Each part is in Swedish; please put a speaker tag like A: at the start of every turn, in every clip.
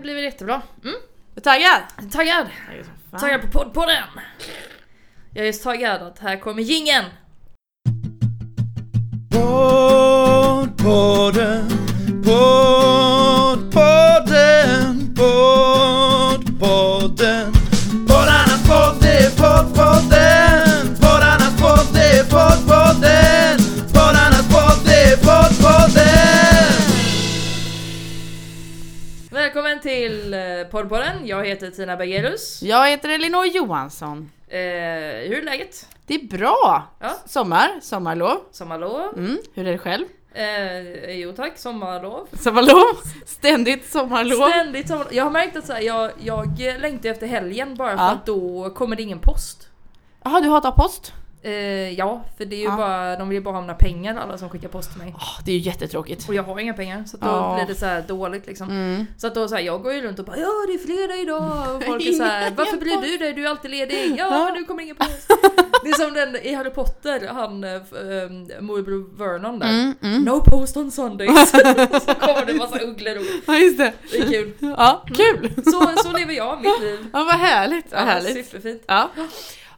A: blir väl jättebra. Mm.
B: Du taggad?
A: Taggad!
B: Taggad som fan.
A: Taggad på poddpodden! Jag är så taggad att här kommer jingeln!
C: Poddpodden, poddpodden, poddpodden Poddarnas podd är poddpodden, poddarnas podd är poddpodden Poddarnas podd är poddpodden
A: Välkommen till eh, poddpodden, jag heter Tina Bergerus.
B: Jag heter Elinor Johansson.
A: Eh, hur är läget?
B: Det är bra!
A: Ja.
B: Sommar, sommarlov.
A: Sommarlov?
B: Mm. Hur är det själv?
A: Eh, jo tack, sommarlov.
B: Sommarlov! Ständigt sommarlov.
A: Ständigt sommarlov. Jag har märkt att så här, jag, jag eh, längtar efter helgen bara för
B: Ja.
A: att då kommer det ingen post.
B: Jaha, du hatar post?
A: Eh, ja, för det är ju
B: Ja.
A: bara, de vill bara ha mina pengar alla som skickar post till mig.
B: Ah, det är ju jättetråkigt.
A: Och jag har inga pengar så att då
B: Ja.
A: blir det så här dåligt liksom.
B: Mm.
A: Så att då så här, jag går ju runt och bara ja det är fredag idag och folk är så här,
B: Ingen
A: varför blir
B: post.
A: du det? Du är alltid ledig. Ja
B: Ja.
A: men nu kommer ingen post. Det är som den i Harry Potter, han äh, morbror Vernon där.
B: Mm, mm.
A: No post on Sundays. så kommer det en massa ugglor och
B: Ja, just det.
A: det är kul.
B: Ja, kul!
A: Så, så lever jag mitt liv.
B: Ja, vad härligt. Vad
A: Ja,
B: härligt.
A: superfint.
B: Ja.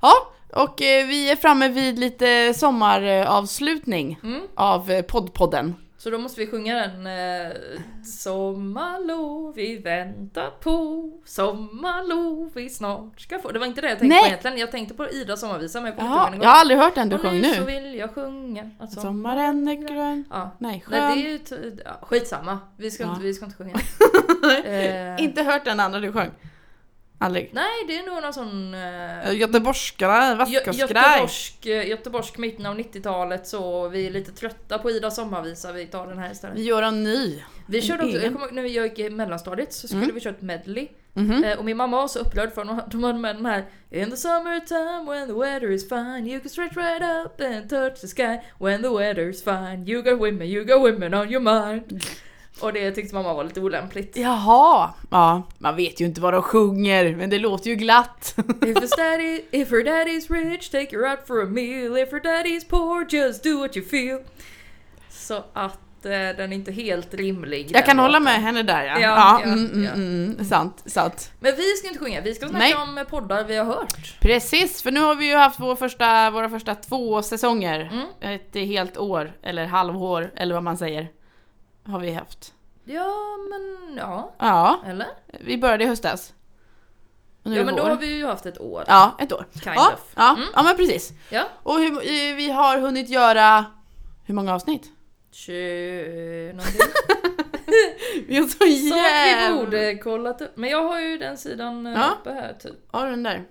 B: ja, och eh, vi är framme vid lite sommaravslutning
A: Mm.
B: av eh, poddpodden.
A: Så då måste vi sjunga den. Eh, sommarlov vi väntar på, sommarlov vi snart ska få. Det var inte det jag tänkte på
B: Nej.
A: egentligen. Jag tänkte på Ida sommarvisa men jag kommer inte ihåg
B: Jaha,
A: den
B: jag har aldrig hört den du sjöng
A: Och så
B: nu.
A: vill jag sjunga att som...
B: Sommaren är grön.
A: Ja.
B: Nej,
A: Nej, det
B: skön.
A: är ju t- ja, skitsamma. Vi ska,
B: Ja.
A: inte, vi ska inte sjunga. eh,
B: Inte hört den andra du sjöng? Aldrig.
A: Nej, det är nog någon sån... Eh,
B: Göteborgskarna,
A: Gö-
B: Vastkaskraj.
A: Göteborgsk, Göteborgsk mitten av 90-talet så vi är lite trötta på Ida sommarvisa. Vi tar den här
B: Vi
A: istället.
B: gör en ny.
A: Vi körde också,
B: egen.
A: jag kommer, ihåg när jag gick i mellanstadiet så skulle
B: Mm.
A: vi köra ett medley.
B: Mhm.
A: Eh, och min mamma var så upprörd för hon, de hade med den här In the summertime when the weather is fine You can stretch right up and touch the sky When the weather is fine You got women, you got women on your mind Och det tyckte mamma var lite olämpligt
B: Jaha, ja, man vet ju inte vad de sjunger men det låter ju glatt.
A: If his daddy, if her daddy's rich take her out for a meal If her daddy's poor just do what you feel Så att eh, den är inte helt rimlig
B: Jag
A: den
B: kan hålla
A: låten.
B: med henne där ja.
A: Ja, ja,
B: mm, mm,
A: ja.
B: Mm, sant, sant.
A: Men vi ska inte sjunga, vi ska
B: Nej.
A: snacka om poddar vi har hört
B: Precis, för nu har vi ju haft vår första, våra första två säsonger.
A: Mm.
B: Ett helt år, eller halvår, eller vad man säger. Har vi haft.
A: Ja men ja,
B: Ja,
A: eller?
B: vi började i höstas. Och nu
A: Ja
B: är det
A: men då
B: vår.
A: har vi ju haft ett år
B: Ja, ett år.
A: Kind
B: ja,
A: of.
B: ja,
A: Mm.
B: ja, men precis.
A: Ja.
B: Och hur, eh, vi har hunnit göra... Hur många avsnitt?
A: Tjö, någonting.
B: Vi har så
A: Som vi
B: jävla...
A: borde kollat upp. Men jag har ju den sidan eh,
B: Ja.
A: uppe här typ.
B: Ja, den där.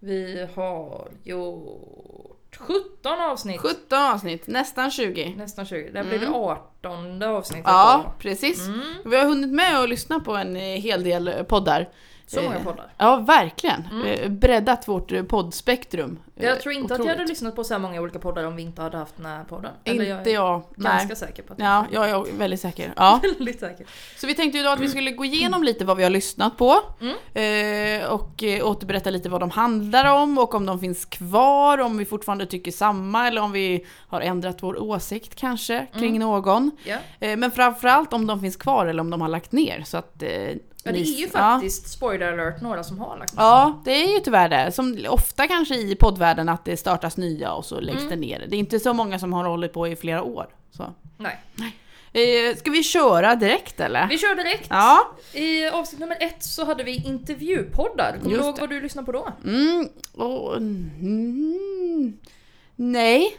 A: Vi har gjort 17 avsnitt.
B: 17 avsnitt, nästan 20.
A: Nästan 20. Det här blir det
B: Mm.
A: 18 avsnittet.
B: Ja,
A: då.
B: precis.
A: Mm.
B: Vi har hunnit med att lyssna på en eh, hel del eh, poddar.
A: Så många
B: Eh,
A: poddar.
B: Ja, verkligen.
A: Mm.
B: Eh, Breddat vårt eh, poddspektrum. Eh,
A: Jag tror inte att jag
B: otroligt.
A: hade lyssnat på så här många olika poddar om vi inte hade haft den här podden. Eller jag
B: Inte
A: är
B: jag.
A: ganska
B: Nej.
A: säker på att
B: Ja, jag är väldigt säker. Ja.
A: Väldigt säker.
B: Så vi tänkte idag att vi skulle gå igenom lite vad vi har lyssnat på.
A: Mm.
B: Eh, och eh, återberätta lite vad de handlar om och om de finns kvar, om vi fortfarande tycker samma eller om vi har ändrat vår åsikt kanske kring
A: Mm.
B: någon.
A: Ja.
B: Eh, men framförallt om de finns kvar eller om de har lagt ner. Så att, eh,
A: Ja, det
B: ni-
A: är ju faktiskt, spoiler alert, några som har lagt
B: Ja, det är ju tyvärr det. Som ofta kanske i poddvärlden att det startas nya och så läggs
A: Mm.
B: det ner. Det är inte så många som har hållit på i flera år. Så.
A: Nej.
B: Eh, ska vi köra direkt eller?
A: Vi kör direkt.
B: Ja.
A: I avsnitt nummer ett så hade vi intervjupoddar. Kommer du
B: Just
A: ihåg
B: det.
A: vad du lyssnade på då?
B: Mm. Och, mm. Nej.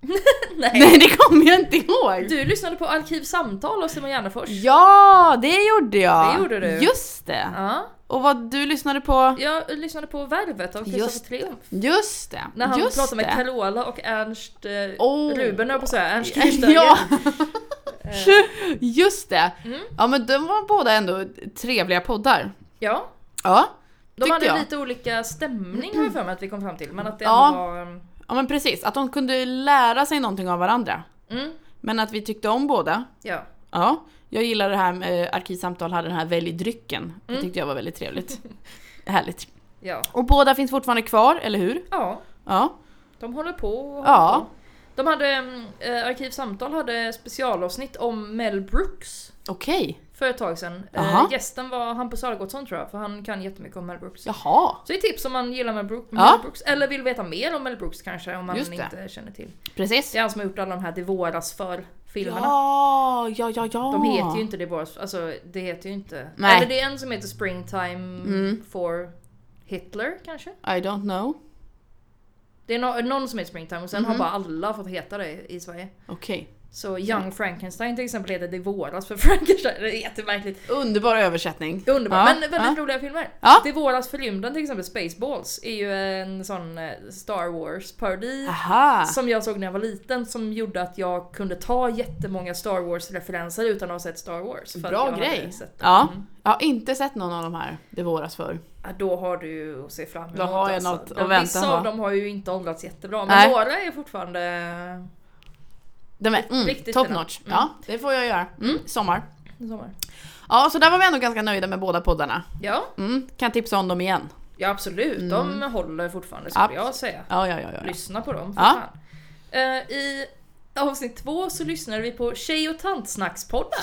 A: Nej.
B: Nej, det kommer jag inte ihåg.
A: Du lyssnade på Arkivsamtal av Simon Gärdenfors.
B: Ja, det gjorde jag!
A: Det gjorde du.
B: Just det!
A: Ja.
B: Och vad du lyssnade på?
A: Jag lyssnade på Värvet av Kristoffer
B: Just
A: Triumf.
B: Just det!
A: När han
B: Just
A: pratade med
B: det.
A: Carola och Ernst eh,
B: Åh.
A: Ruben, höll på att säga. Ernst Kirchsteiger.
B: Ja,
A: Eh,
B: just det!
A: Mm.
B: Ja men de var båda ändå trevliga poddar.
A: ja.
B: Ja,
A: De
B: Tyckte
A: hade
B: jag.
A: lite olika stämning har jag för mig att vi kom fram till. Men att det
B: Ja.
A: ändå var...
B: ja men precis. Att de kunde lära sig någonting av varandra.
A: Mm,
B: Men att vi tyckte om båda.
A: ja.
B: Ja. Jag gillar det här med eh, arkivsamtal, hade den här välj drycken. Det
A: Mm.
B: tyckte jag var väldigt trevligt. Härligt.
A: Ja.
B: Och båda finns fortfarande kvar, eller hur?
A: ja,
B: Ja.
A: de håller på och håller
B: Ja.
A: på. De hade, mm, eh, Arkivsamtal hade specialavsnitt om Mel Brooks.
B: Okej.
A: för ett tag sedan.
B: Jaha.
A: Eh, gästen var Hampus Algotsson tror jag, för han kan jättemycket om Mel Brooks.
B: Jaha,
A: Så det är tips om man gillar Mel, Bro-
B: Ja.
A: Mel Brooks, eller vill veta mer om Mel Brooks kanske, om man
B: Just det.
A: inte känner till.
B: precis.
A: Det är han som har gjort alla de här Det våras för-filmerna.
B: Ja, ja, ja, ja.
A: De heter ju inte Det våras, alltså det heter ju inte...
B: Nej.
A: Eller det är en som heter Springtime
B: Mm.
A: for Hitler kanske?
B: I don't know.
A: Det är no- någon som heter Springtime och sen har
B: Mhm.
A: bara alla fått heta det i Sverige.
B: Okej.
A: Så Young Frankenstein till exempel heter Det våras för Frankenstein. Det är jättemärkligt.
B: Underbar översättning.
A: Underbart.
B: Ja,
A: Men väldigt roliga filmer.
B: Ja.
A: Det våras för rymden till exempel, Spaceballs, är ju en sån eh, Star Wars-parodi.
B: Aha.
A: Som jag såg när jag var liten som gjorde att jag kunde ta jättemånga Star Wars-referenser utan att ha sett Star Wars. att
B: Bra
A: jag hade
B: grej.
A: sett det.
B: Ja.
A: Mm.
B: Jag har inte sett någon av de här Det våras för.
A: Ja, Då har du ju att se fram emot.
B: Då har jag
A: alltså.
B: något att
A: De-
B: vänta
A: Vissa
B: på.
A: av dem har ju inte åldrats jättebra men
B: Nej.
A: några är fortfarande...
B: De är mm,
A: Riktigt
B: top
A: fina.
B: notch.
A: Mm.
B: Ja, det får jag göra. Mm, sommar.
A: Sommar.
B: Ja, så där var vi ändå ganska nöjda med båda poddarna.
A: Ja,
B: Mm, kan tipsa om dem igen.
A: ja absolut. De
B: Mm.
A: håller fortfarande skulle jag säga.
B: Ja, ja, ja. ja.
A: Lyssna på dem för
B: Ja.
A: fan. Eh, I avsnitt två så lyssnade vi på tjej och tantsnackspoddar.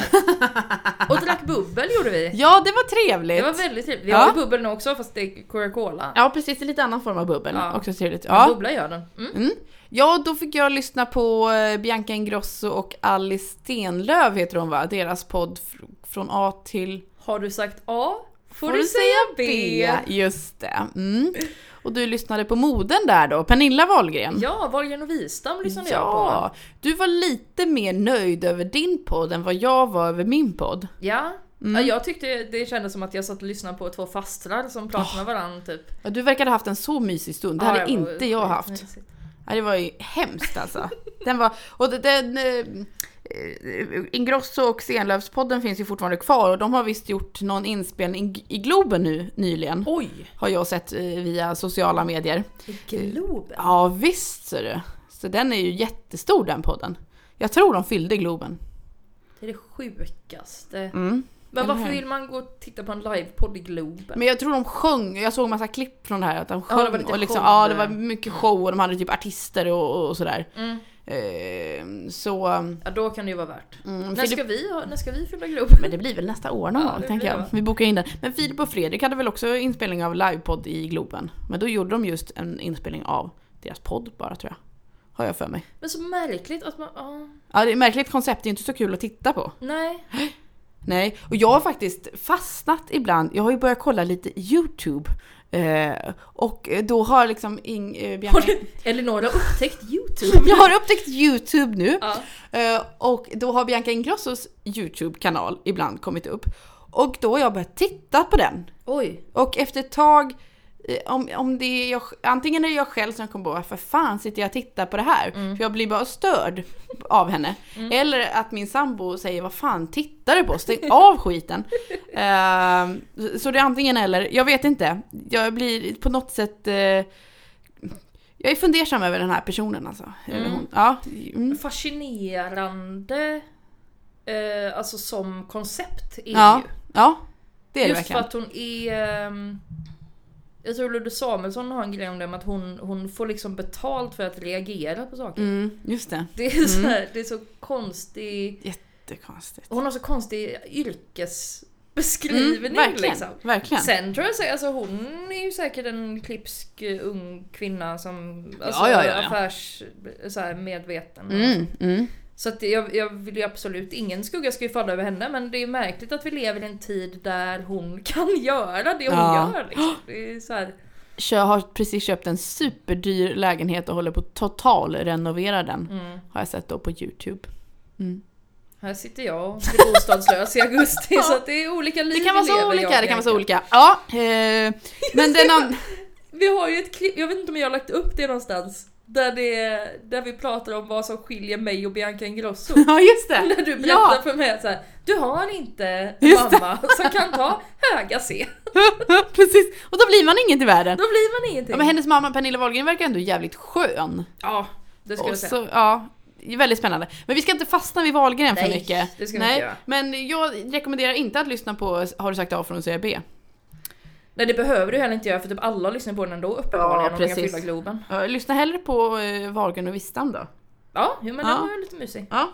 A: och drack bubbel gjorde vi.
B: Ja, det var trevligt.
A: Det var väldigt trevligt. Vi
B: Ja.
A: har ju bubbel nu också fast det är Coca-Cola.
B: Ja, precis. Det är lite annan form av bubbel.
A: Ja.
B: Också trevligt.
A: Ja.
B: Ja.
A: Bubbla gör den. Mm.
B: Mm. ja, då fick jag lyssna på eh, Bianca Ingrosso och Alice Stenlöf heter hon va? Deras podd fr- från A till
A: Har du sagt A får, du säga B.
B: Just det. Mm. Och du lyssnade på moden där då, Pernilla Wahlgren.
A: Ja, Wahlgren och Wistam lyssnade jag på.
B: Ja, du var lite mer nöjd över din podd än vad jag var över min podd.
A: Ja.
B: Mm.
A: ja, jag tyckte det kändes som att jag satt och lyssnade på två fastrar som pratade med varandra typ.
B: Ja, du verkar ha haft en så mysig stund, det
A: Ja,
B: hade
A: det var
B: inte jag haft.
A: skitmysigt.
B: Ja, det var ju hemskt alltså. Den var, och det- den, eh, eh, Ingrosso och Stenlöfspodden finns ju fortfarande kvar och de har visst gjort någon inspelning i- i Globen nu nyligen.
A: Oj!
B: Har jag sett eh, via sociala medier.
A: i Globen?
B: Ja visst ser du. Så den är ju jättestor den podden. Jag tror de fyllde Globen.
A: Det är det sjukaste.
B: Mm.
A: Men
B: Eller
A: varför
B: hur?
A: vill man gå och titta på en livepodd i Globen?
B: Men jag tror de sjöng, jag såg massa klipp från det här att de
A: Ja, det
B: sjöng.
A: var lite
B: och liksom,
A: show.
B: ja det var mycket show och de hade typ artister och, och, och sådär.
A: Mm.
B: Eh, så... mm,
A: Ja, då kan det ju vara värt. När
B: Filip-
A: ska vi, ha- när ska vi fylla Globen?
B: Men det blir väl nästa år någon
A: Ja,
B: gång,
A: det
B: tänker
A: blir
B: jag.
A: det.
B: Vi bokar in den. Men Filip och Fredrik hade väl också inspelning av livepodd i Globen. Men då gjorde de just en inspelning av deras podd bara tror jag. Har jag för mig.
A: Men så märkligt att man... Ja,
B: Ja, det är ett märkligt koncept, det är inte så kul att titta på.
A: nej.
B: Nej, och jag har faktiskt fastnat ibland. Jag har ju börjat kolla lite YouTube. Eh, och då har liksom Ing, eh,
A: Har
B: Bianca...
A: du, Elinor har upptäckt YouTube.
B: Jag har upptäckt YouTube nu.
A: Ja.
B: Eh, och då har Bianca Ingrossos YouTube-kanal ibland kommit upp. Och då har jag börjat titta på den.
A: Oj.
B: Och efter ett tag, eh, om, om det är jag, antingen är det jag själv som kommer på varför fan sitter jag och tittar på det här?
A: Mm.
B: För jag blir bara störd av henne. Eller att min sambo säger vad fan tittar du på? Stäng av skiten. Ehm, så- så det är antingen eller, jag vet inte. Jag blir på något sätt eh, jag är fundersam över den här personen alltså. Eller hon. Ja. Mm.
A: Fascinerande. Eh, alltså som koncept är
B: Ja,
A: ju.
B: ja, det är det
A: Just för
B: verkligen.
A: att hon är... ehm, Jag tror Ludde Samuelsson har en grej om det, med att hon, hon får liksom betalt för att reagera på saker.
B: Mm, just det.
A: Det, är så här, det är så konstig...
B: Det är konstigt.
A: Hon har så konstig yrkesbeskrivning
B: Mm, verkligen,
A: liksom.
B: verkligen.
A: Sen tror jag säkert, alltså hon är ju säkert en klipsk eh, ung kvinna som alltså,
B: Ja, ja, ja, ja.
A: affärs... Så här, medveten.
B: Mm, mm.
A: Så att jag, jag vill ju absolut, ingen skugga ska ju falla över henne men det är märkligt att vi lever i en tid där hon kan göra det hon
B: Ja.
A: gör liksom. Det är så här,
B: Kö- har precis köpt en superdyr lägenhet och håller på att totalrenovera den.
A: mm.
B: Har jag sett då på YouTube.
A: Här sitter jag och blir bostadslös i augusti så att det är olika liv
B: Det kan vara
A: vi
B: så
A: lever, jag
B: olika,
A: och
B: det kan vara
A: Bianca.
B: så olika. Ja, eh, men den an-
A: Vi har ju ett klipp, jag vet inte om jag har lagt upp det någonstans Där, det, där vi pratar om vad som skiljer mig och Bianca Ingrosso
B: Ja just det!
A: När du berättar
B: Ja,
A: för mig så här, du har inte en
B: Just det.
A: mamma som kan ta höga C
B: precis! Och då blir man inget
A: Då
B: i världen.
A: blir man ingenting
B: Ja, men hennes mamma Pernilla Wahlgren verkar ändå jävligt skön.
A: Ja, det skulle
B: Och
A: jag säga
B: så, ja, det är väldigt spännande. Men vi ska inte fastna vid Wahlgren för
A: Nej,
B: mycket.
A: det ska vi inte göra.
B: Men jag rekommenderar inte att lyssna på Har du sagt A från CB?
A: Nej det behöver du heller inte göra för typ alla lyssnar på den ändå uppenbarligen
B: Ja,
A: om de kan
B: precis.
A: fylla Globen.
B: Lyssna hellre på eh, Wahlgren och Wistam då.
A: Ja, jo, men
B: Ja.
A: den var ju lite mysig.
B: Ja.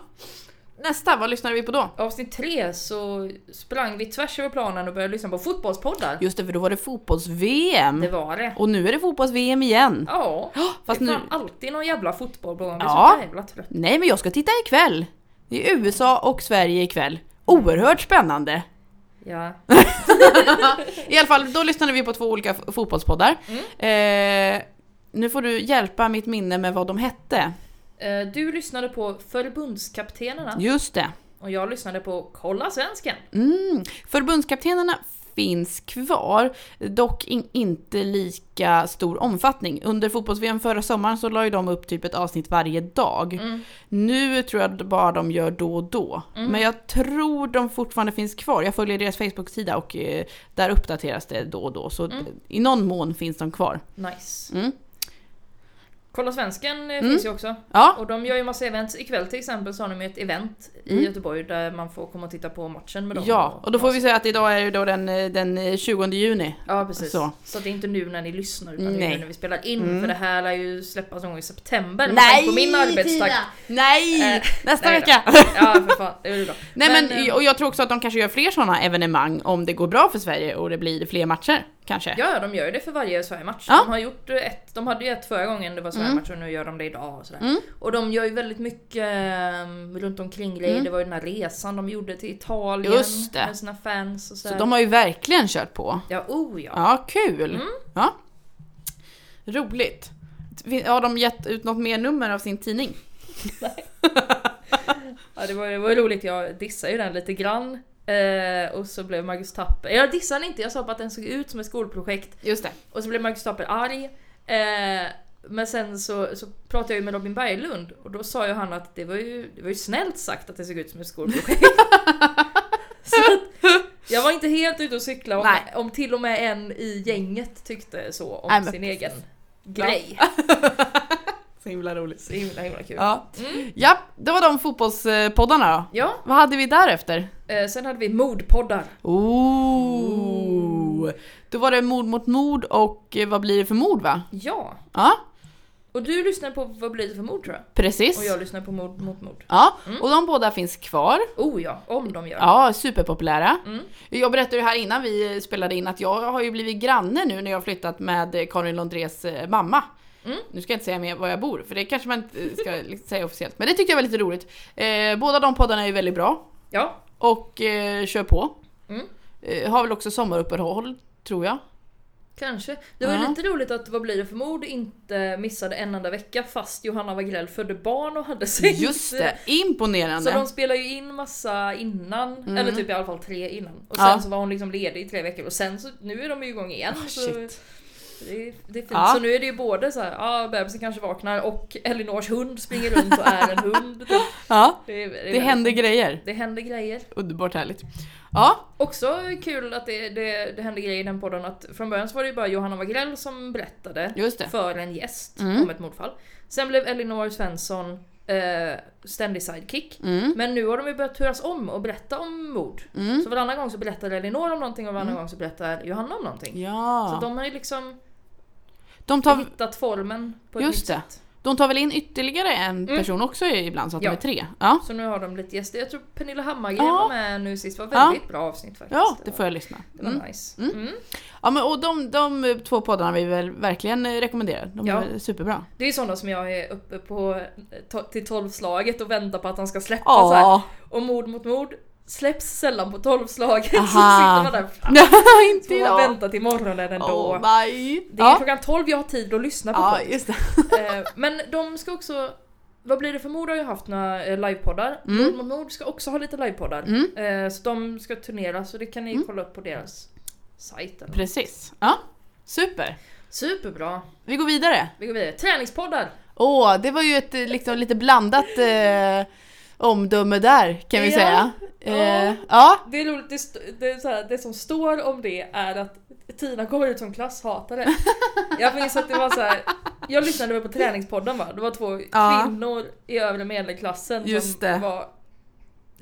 B: Nästa, vad lyssnade vi på då?
A: Avsnitt tre så sprang vi tvärs över planen och började lyssna på fotbollspoddar.
B: Just det, för då var det fotbolls-VM.
A: Det var det.
B: Och nu är det fotbolls-VM igen.
A: Ja,
B: fast
A: det är
B: nu-
A: fan alltid någon jävla fotboll på gång. Jag är
B: Ja.
A: så jävla trött.
B: Nej, men jag ska titta ikväll. Det är USA och Sverige ikväll. Oerhört spännande.
A: Ja.
B: I alla fall, då lyssnade vi på två olika f- fotbollspoddar.
A: Mm.
B: Eh, nu får du hjälpa mitt minne med vad de hette.
A: Eh, Du lyssnade på Förbundskaptenerna
B: Just det.
A: och jag lyssnade på Kolla Svensken.
B: Mm. Förbundskaptenerna finns kvar, dock in, inte lika stor omfattning. Under fotbolls-VM förra sommaren så la ju de upp typ ett avsnitt varje dag.
A: Mm.
B: Nu tror jag bara de gör då och då. Men jag tror de fortfarande finns kvar. Jag följer deras Facebook-sida och eh, där uppdateras det då och då. Så
A: Mm.
B: d- i någon mån finns de kvar.
A: Nice.
B: Mm.
A: Kolla Svensken eh, finns ju också.
B: Ja,
A: Och de gör ju massa events. Ikväll till exempel så har de ju ett event i Göteborg där man får komma och titta på matchen med dem.
B: Mm. ja. och då får vi säga att idag är det då den, eh, den eh, 20 juni.
A: Ja precis. Så.
B: Så.
A: det är inte nu när ni lyssnar utan det är
B: Nej. Mm.
A: nu när vi spelar in för det här lär ju släppas någon gång i september. med tanke
B: Nej,
A: på min arbetstakt.
B: Tina! Nej!
A: Eh,
B: Nästa
A: nej då.
B: vecka!
A: Ja för fan, det är ju bra.
B: Nej men,
A: eh,
B: och jag tror också att de kanske gör fler sådana evenemang om det går bra för Sverige och det blir fler matcher. Kanske.
A: Ja, ja, de gör ju det för varje Sverige-match.
B: Ja. Mm.
A: De, har gjort ett, de hade ju ett förra gången det var Sverige-match och nu gör de det idag och sådär. Och de gör ju väldigt mycket eh, runt omkring grejer. Det var ju den här resan de gjorde till Italien
B: Mm. Just det.
A: med sina fans och sådär.
B: Så de har ju verkligen kört på.
A: Ja, oh ja.
B: Ja, Mm. kul! Ja. Roligt. Fin- Har de gett ut något mer nummer av sin tidning?
A: ja det, var, det var ju roligt, jag dissade ju den lite grann. Eh, och så blev Marcus Tapper, jag dissade den inte, jag sa bara att den såg ut som ett skolprojekt.
B: Just det.
A: Och så blev Marcus Tapper arg. Eh, men sen så, så pratade jag ju med Robin Berglund och då sa ju han att det var ju, det var ju snällt sagt att det såg ut som ett skolprojekt. så att jag var inte helt ute och cykla om,
B: Nej.
A: om till och med en i gänget tyckte så om
B: Nej, men
A: sin egen grej.
B: Så himla roligt. Mm.
A: Så himla himla kul. Ja,
B: Ja. ja, det var de fotbollspoddarna då. Vad hade vi därefter?
A: eh, sen hade vi mordpoddar.
B: Ooh. Då var det mord mot mord och eh, vad blir det för mord va?
A: Ja,
B: Ja,
A: och du lyssnar på Vad blir det för mord tror jag?
B: precis.
A: Och jag lyssnar på Mord mot mord.
B: Ja, och de båda finns kvar.
A: Oh ja, om de gör.
B: Ja, superpopulära.
A: Mm.
B: Jag berättade ju här innan vi spelade in att jag har ju blivit granne nu när jag har flyttat med Karin Londrés eh, mamma.
A: Mm.
B: Nu ska jag inte säga mer var jag bor, för det kanske man inte ska liksom säga officiellt. Men det tyckte jag var lite roligt. Eh, båda de poddarna är ju väldigt bra
A: Ja,
B: och eh, kör på.
A: Mm.
B: Eh, har väl också sommaruppehåll, tror jag.
A: Kanske. Det var ju
B: Ja.
A: lite roligt att Vad blir det för mord inte missade en enda vecka fast Johanna Wagrell födde barn och hade sig.
B: Just det,
A: Så
B: imponerande.
A: de spelar ju in massa innan, eller typ i alla fall tre innan. Och sen
B: Mm. Ja.
A: så var hon liksom ledig i tre veckor och sen så nu är de ju igång igen.
B: Ah,
A: så
B: shit.
A: det, är, det är fint.
B: Ja.
A: Så nu är det ju både så här, ja bebisen kanske vaknar och Elinors hund springer runt och är en hund. typ.
B: Ja,
A: Det, är- det, är
B: det
A: väldigt-
B: händer grejer.
A: Det händer grejer.
B: Underbart härligt. Ja,
A: Också kul att det, det, det hände grejer i den podden att från början så var det ju bara Johanna Wagrell som berättade
B: just det.
A: för en gäst
B: Mm.
A: om ett mordfall. Sen blev Elinor Svensson eh, ständig sidekick.
B: Mm,
A: Men nu har de ju börjat turas om och berätta om mord.
B: mm.
A: Så varannan gång så berättar Elinor om någonting och varannan gång så berättar Johanna om någonting. Så
B: Ja,
A: de har ju liksom
B: de tar
A: hittat formen på ett
B: Just
A: nytt
B: det.
A: sätt.
B: De tar väl in ytterligare en
A: Mm.
B: person också ibland så att
A: Ja.
B: de är tre? Ja.
A: Så nu har de lite gäster. Jag tror Pernilla Hammargren
B: Ja.
A: var med nu sist. Det var
B: Ja.
A: väldigt bra avsnitt faktiskt.
B: Ja, det
A: var,
B: får jag lyssna.
A: det var
B: Mm.
A: nice.
B: Mm.
A: Mm.
B: Ja, men, och de, de två poddarna vill vi väl verkligen eh, rekommendera. De
A: Ja.
B: är väl superbra.
A: Det är sådana som jag är uppe på to- till tolvslaget och väntar på att han ska släppa så här.
B: Ja,
A: Och mord mot mord släpps sällan på tolvslaget. Så
B: Aha.
A: sitter man där
B: inte
A: Får man
B: idag.
A: vänta till morgonen ändå.
B: Åh nej.
A: det är
B: Ja.
A: klockan 12 jag har tid att lyssna på
B: ja,
A: podd.
B: just det.
A: Eh, Men de ska också, vad blir det för mord har jag haft några eh, livepoddar.
B: Mm.
A: Mord mot mord ska också ha lite livepoddar.
B: Mm.
A: Eh, Så de ska turnera så det kan ni kolla upp på deras sajt. eller något.
B: Precis. Ja, super.
A: Superbra.
B: Vi går vidare.
A: Vi går vidare. Träningspoddar.
B: Åh, det var ju ett eh, liksom, lite blandat eh, omdöme där kan vi
A: Ja.
B: säga.
A: Ja.
B: Eh, ja,
A: Det är roligt, det, st- det, är så här, det som står om det är att Tina kommer ut som klasshatare. Jag minns att det var så här. jag lyssnade väl på träningspodden va? Det var två
B: Ja.
A: kvinnor i övre medelklassen som
B: Just det.
A: var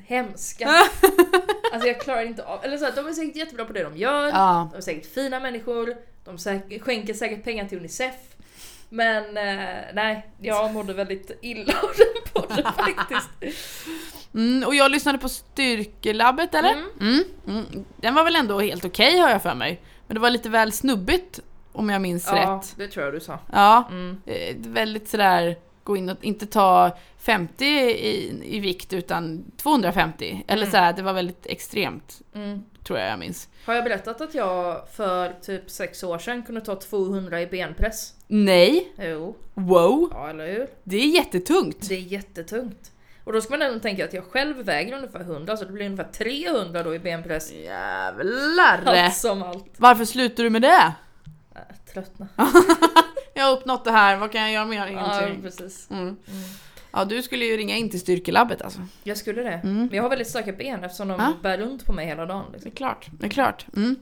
A: hemska. Alltså jag klarar inte av, eller så här, de är säkert jättebra på det de gör,
B: ja.
A: de är säkert fina människor, de säk- skänker säkert pengar till Unicef. Men eh, nej, jag mådde väldigt illa av den podden faktiskt.
B: Mm, och jag lyssnade på Styrkelabbet eller?
A: Mm.
B: Mm. Mm, Den var väl ändå helt okej har jag för mig. Men det var lite väl snubbigt om jag minns
A: Ja,
B: rätt.
A: det tror jag du sa.
B: Ja.
A: Mm.
B: Eh, väldigt sådär, gå in och inte ta 50 i, i vikt utan 250. Eller sådär, det var väldigt extremt
A: Mm.
B: tror jag jag minns.
A: Har jag berättat att jag för typ sex år sedan kunde ta 200 i benpress?
B: Nej,
A: Jo,
B: wow,
A: ja eller hur?
B: det är jättetungt.
A: Det är jättetungt. Och då ska man ändå tänka att jag själv väger ungefär 100 så det blir ungefär 300 då i benpress.
B: Jävlar!
A: Allt som allt.
B: Varför slutar du med det?
A: Äh, tröttna.
B: Jag har uppnått det här, vad kan jag göra mer?
A: Ja,
B: Ingenting.
A: precis.
B: Mm. Ja, du skulle ju ringa in till Styrkelabbet alltså.
A: Jag skulle det.
B: Mm.
A: Men jag har väldigt starka ben eftersom de
B: Ja.
A: bär runt på mig hela dagen.
B: Det
A: Liksom.
B: är klart, det är klart. Mm.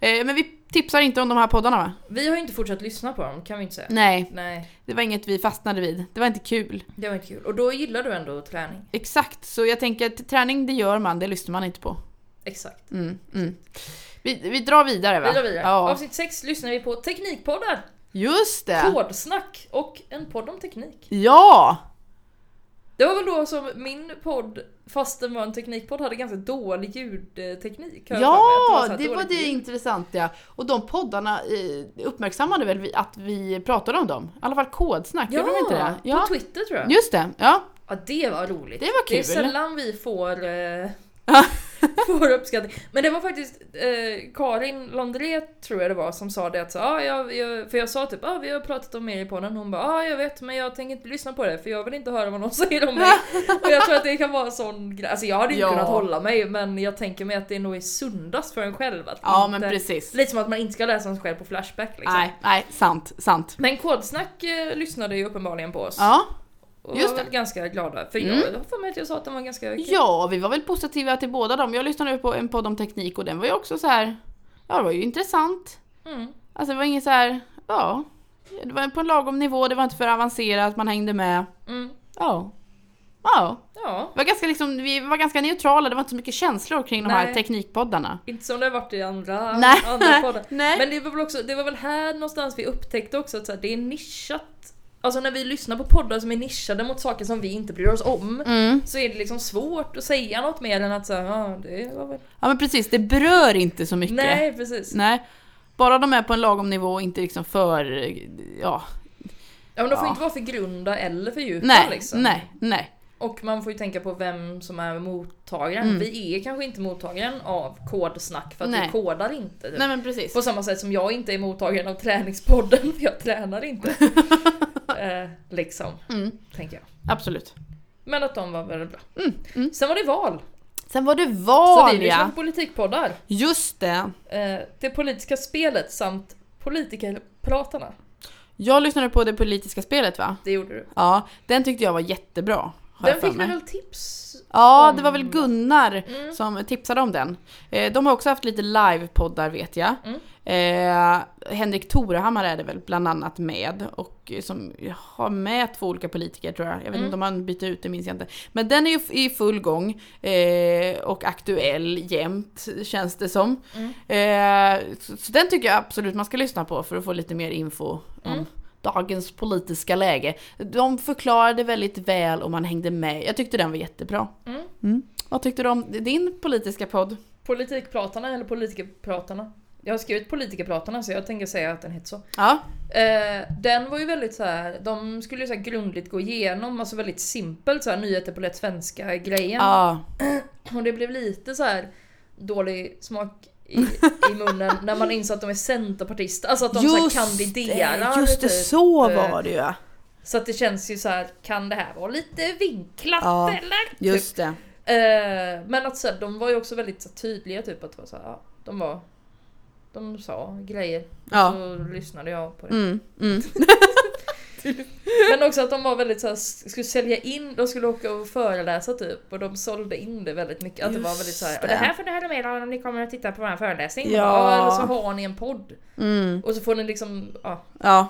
B: Eh, men vi tipsar inte om de här poddarna va?
A: Vi har ju inte fortsatt lyssna på dem kan vi inte säga.
B: Nej,
A: Nej,
B: det var inget vi fastnade vid. Det var inte kul.
A: det var inte kul. Och då gillar du ändå träning.
B: Exakt, så jag tänker att träning det gör man, det lyssnar man inte på.
A: Exakt.
B: Mm, mm. Vi, vi drar vidare va?
A: Vi går vidare.
B: Ja.
A: Avsnitt 6 lyssnar vi på Teknikpoddar,
B: Just det!
A: Kodsnack och en podd om teknik.
B: Ja!
A: Det var väl då som min podd, fast den var en teknikpodd, hade ganska dålig ljudteknik. har jag för mig. Att
B: Ja,
A: så
B: det
A: här
B: var
A: dåligt
B: det
A: ljud.
B: intressanta. ja. Och de poddarna eh, uppmärksammade väl vi- att vi pratade om dem? I alla fall kodsnack, gjorde de inte det?
A: på
B: Ja,
A: Twitter tror jag.
B: just det. Ja,
A: Ja, det var roligt.
B: det var
A: Det är
B: kul.
A: sällan vi får, eh, får uppskattning. Men det var faktiskt eh, Karin Londré tror jag det var som sa det att så, ah, jag, jag, för jag sa typ ah, vi har pratat om er i podden hon bara ah, jag vet men jag tänker inte lyssna på det för jag vill inte höra vad någon säger om mig. och jag tror att det kan vara en sån grej. Alltså jag hade ju
B: Ja.
A: inte kunnat hålla mig men jag tänker mig att det nog är sundast för en själv. Att
B: Ja,
A: inte,
B: men precis.
A: Lite som att man inte ska läsa om sig själv på Flashback liksom.
B: Nej, nej, sant, sant.
A: Men Kodsnack eh, lyssnade ju uppenbarligen på oss.
B: Ja.
A: och
B: just
A: var
B: det. Mm.
A: väl ganska glada. För jag har för mig att jag sa att den var ganska kul.
B: ja, vi var väl positiva till båda dem. Jag lyssnade på en podd om teknik och den var ju också så här. ja det var ju intressant.
A: Mm.
B: Alltså det var inget så här. ja. Det var på en lagom nivå, det var inte för avancerat, man hängde med.
A: Mm.
B: Ja. Ja.
A: Ja,
B: Det var ganska liksom, vi var ganska neutrala, det var inte så mycket känslor kring de
A: Nej.
B: här teknikpoddarna.
A: inte som det har varit i andra,
B: Nej.
A: andra poddar.
B: Nej.
A: Men det var, väl också, det var väl här någonstans vi upptäckte också att så här, det är nischat. Alltså när vi lyssnar på poddar som är nischade mot saker som vi inte bryr oss om.
B: Mm.
A: Så är det liksom svårt att säga något mer än att så här, ja det var väl...
B: Ja men precis, det berör inte så mycket.
A: Nej precis.
B: Nej. Bara de är på en lagom nivå och inte liksom för, ja,
A: Ja, men de får
B: Ja.
A: inte vara för grunda eller för djupa
B: nej,
A: liksom.
B: nej, nej.
A: Och man får ju tänka på vem som är mottagaren.
B: Mm.
A: Vi är kanske inte mottagaren av kodsnack för att vi
B: Nej.
A: kodar inte. typ.
B: Nej men precis.
A: På samma sätt som jag inte är mottagaren av träningspodden för jag tränar inte. eh, liksom,
B: Mm,
A: tänker jag.
B: absolut.
A: Men att de var väldigt bra.
B: Mm, mm.
A: Sen var det val.
B: Sen var det
A: Så
B: val
A: vi lyssnade
B: ja.
A: på politikpoddar.
B: Just det.
A: Eh, det politiska spelet samt politikerpratarna.
B: Jag lyssnade på det politiska spelet va?
A: Det gjorde du.
B: Ja, den tyckte jag var jättebra. har jag
A: Den
B: för
A: fick vi
B: mig.
A: väl tips?
B: Ja, det
A: om-
B: var väl Gunnar
A: Mm.
B: som tipsade om den. Eh, De har också haft lite livepoddar vet jag.
A: Mm.
B: Eh, Henrik Torehammar är det väl bland annat med och eh, som har med två olika politiker tror jag. Jag vet
A: Mm.
B: inte om han byter ut, det minns jag inte. Men den är ju f- i full gång eh, och aktuell jämt känns det som.
A: Mm.
B: Eh, så, så den tycker jag absolut man ska lyssna på för att få lite mer info
A: Mm.
B: om dagens politiska läge. De förklarade väldigt väl och man hängde med. Jag tyckte den var jättebra.
A: Mm.
B: Vad tyckte du om din politiska podd?
A: Politikpratarna eller politikerpratarna? Jag har skrivit politikerpratarna så jag tänker säga att den heter så.
B: Ja.
A: Eh, den var ju väldigt så här. de skulle ju så här grundligt gå igenom, alltså väldigt simpelt så här nyheter på lätt svenska grejen.
B: Ja.
A: Och det blev lite så här dålig smak i, i munnen när man insåg att de är centerpartister, alltså att de så här kandiderar.
B: det, just det,
A: typ.
B: så var det ju.
A: Så att det känns ju så här, kan det här vara lite vinklat
B: Ja,
A: eller? Typ.
B: Just det.
A: Eh, men att så här, de var ju också väldigt så här, tydliga typ att det var så här, ja, de var de sa grejer,
B: Ja.
A: så lyssnade jag på det.
B: Mm, mm.
A: Men också att de var väldigt såhär, skulle sälja in, de skulle åka och föreläsa typ och de sålde in det väldigt mycket. Att det var
B: Just
A: väldigt såhär,
B: det.
A: "Och det här får ni höra mer om om ni kommer att titta på vår föreläsning.
B: Ja.
A: Ja. Eller så har ni en podd.
B: Mm.
A: Och så får ni liksom, ja.
B: Ja.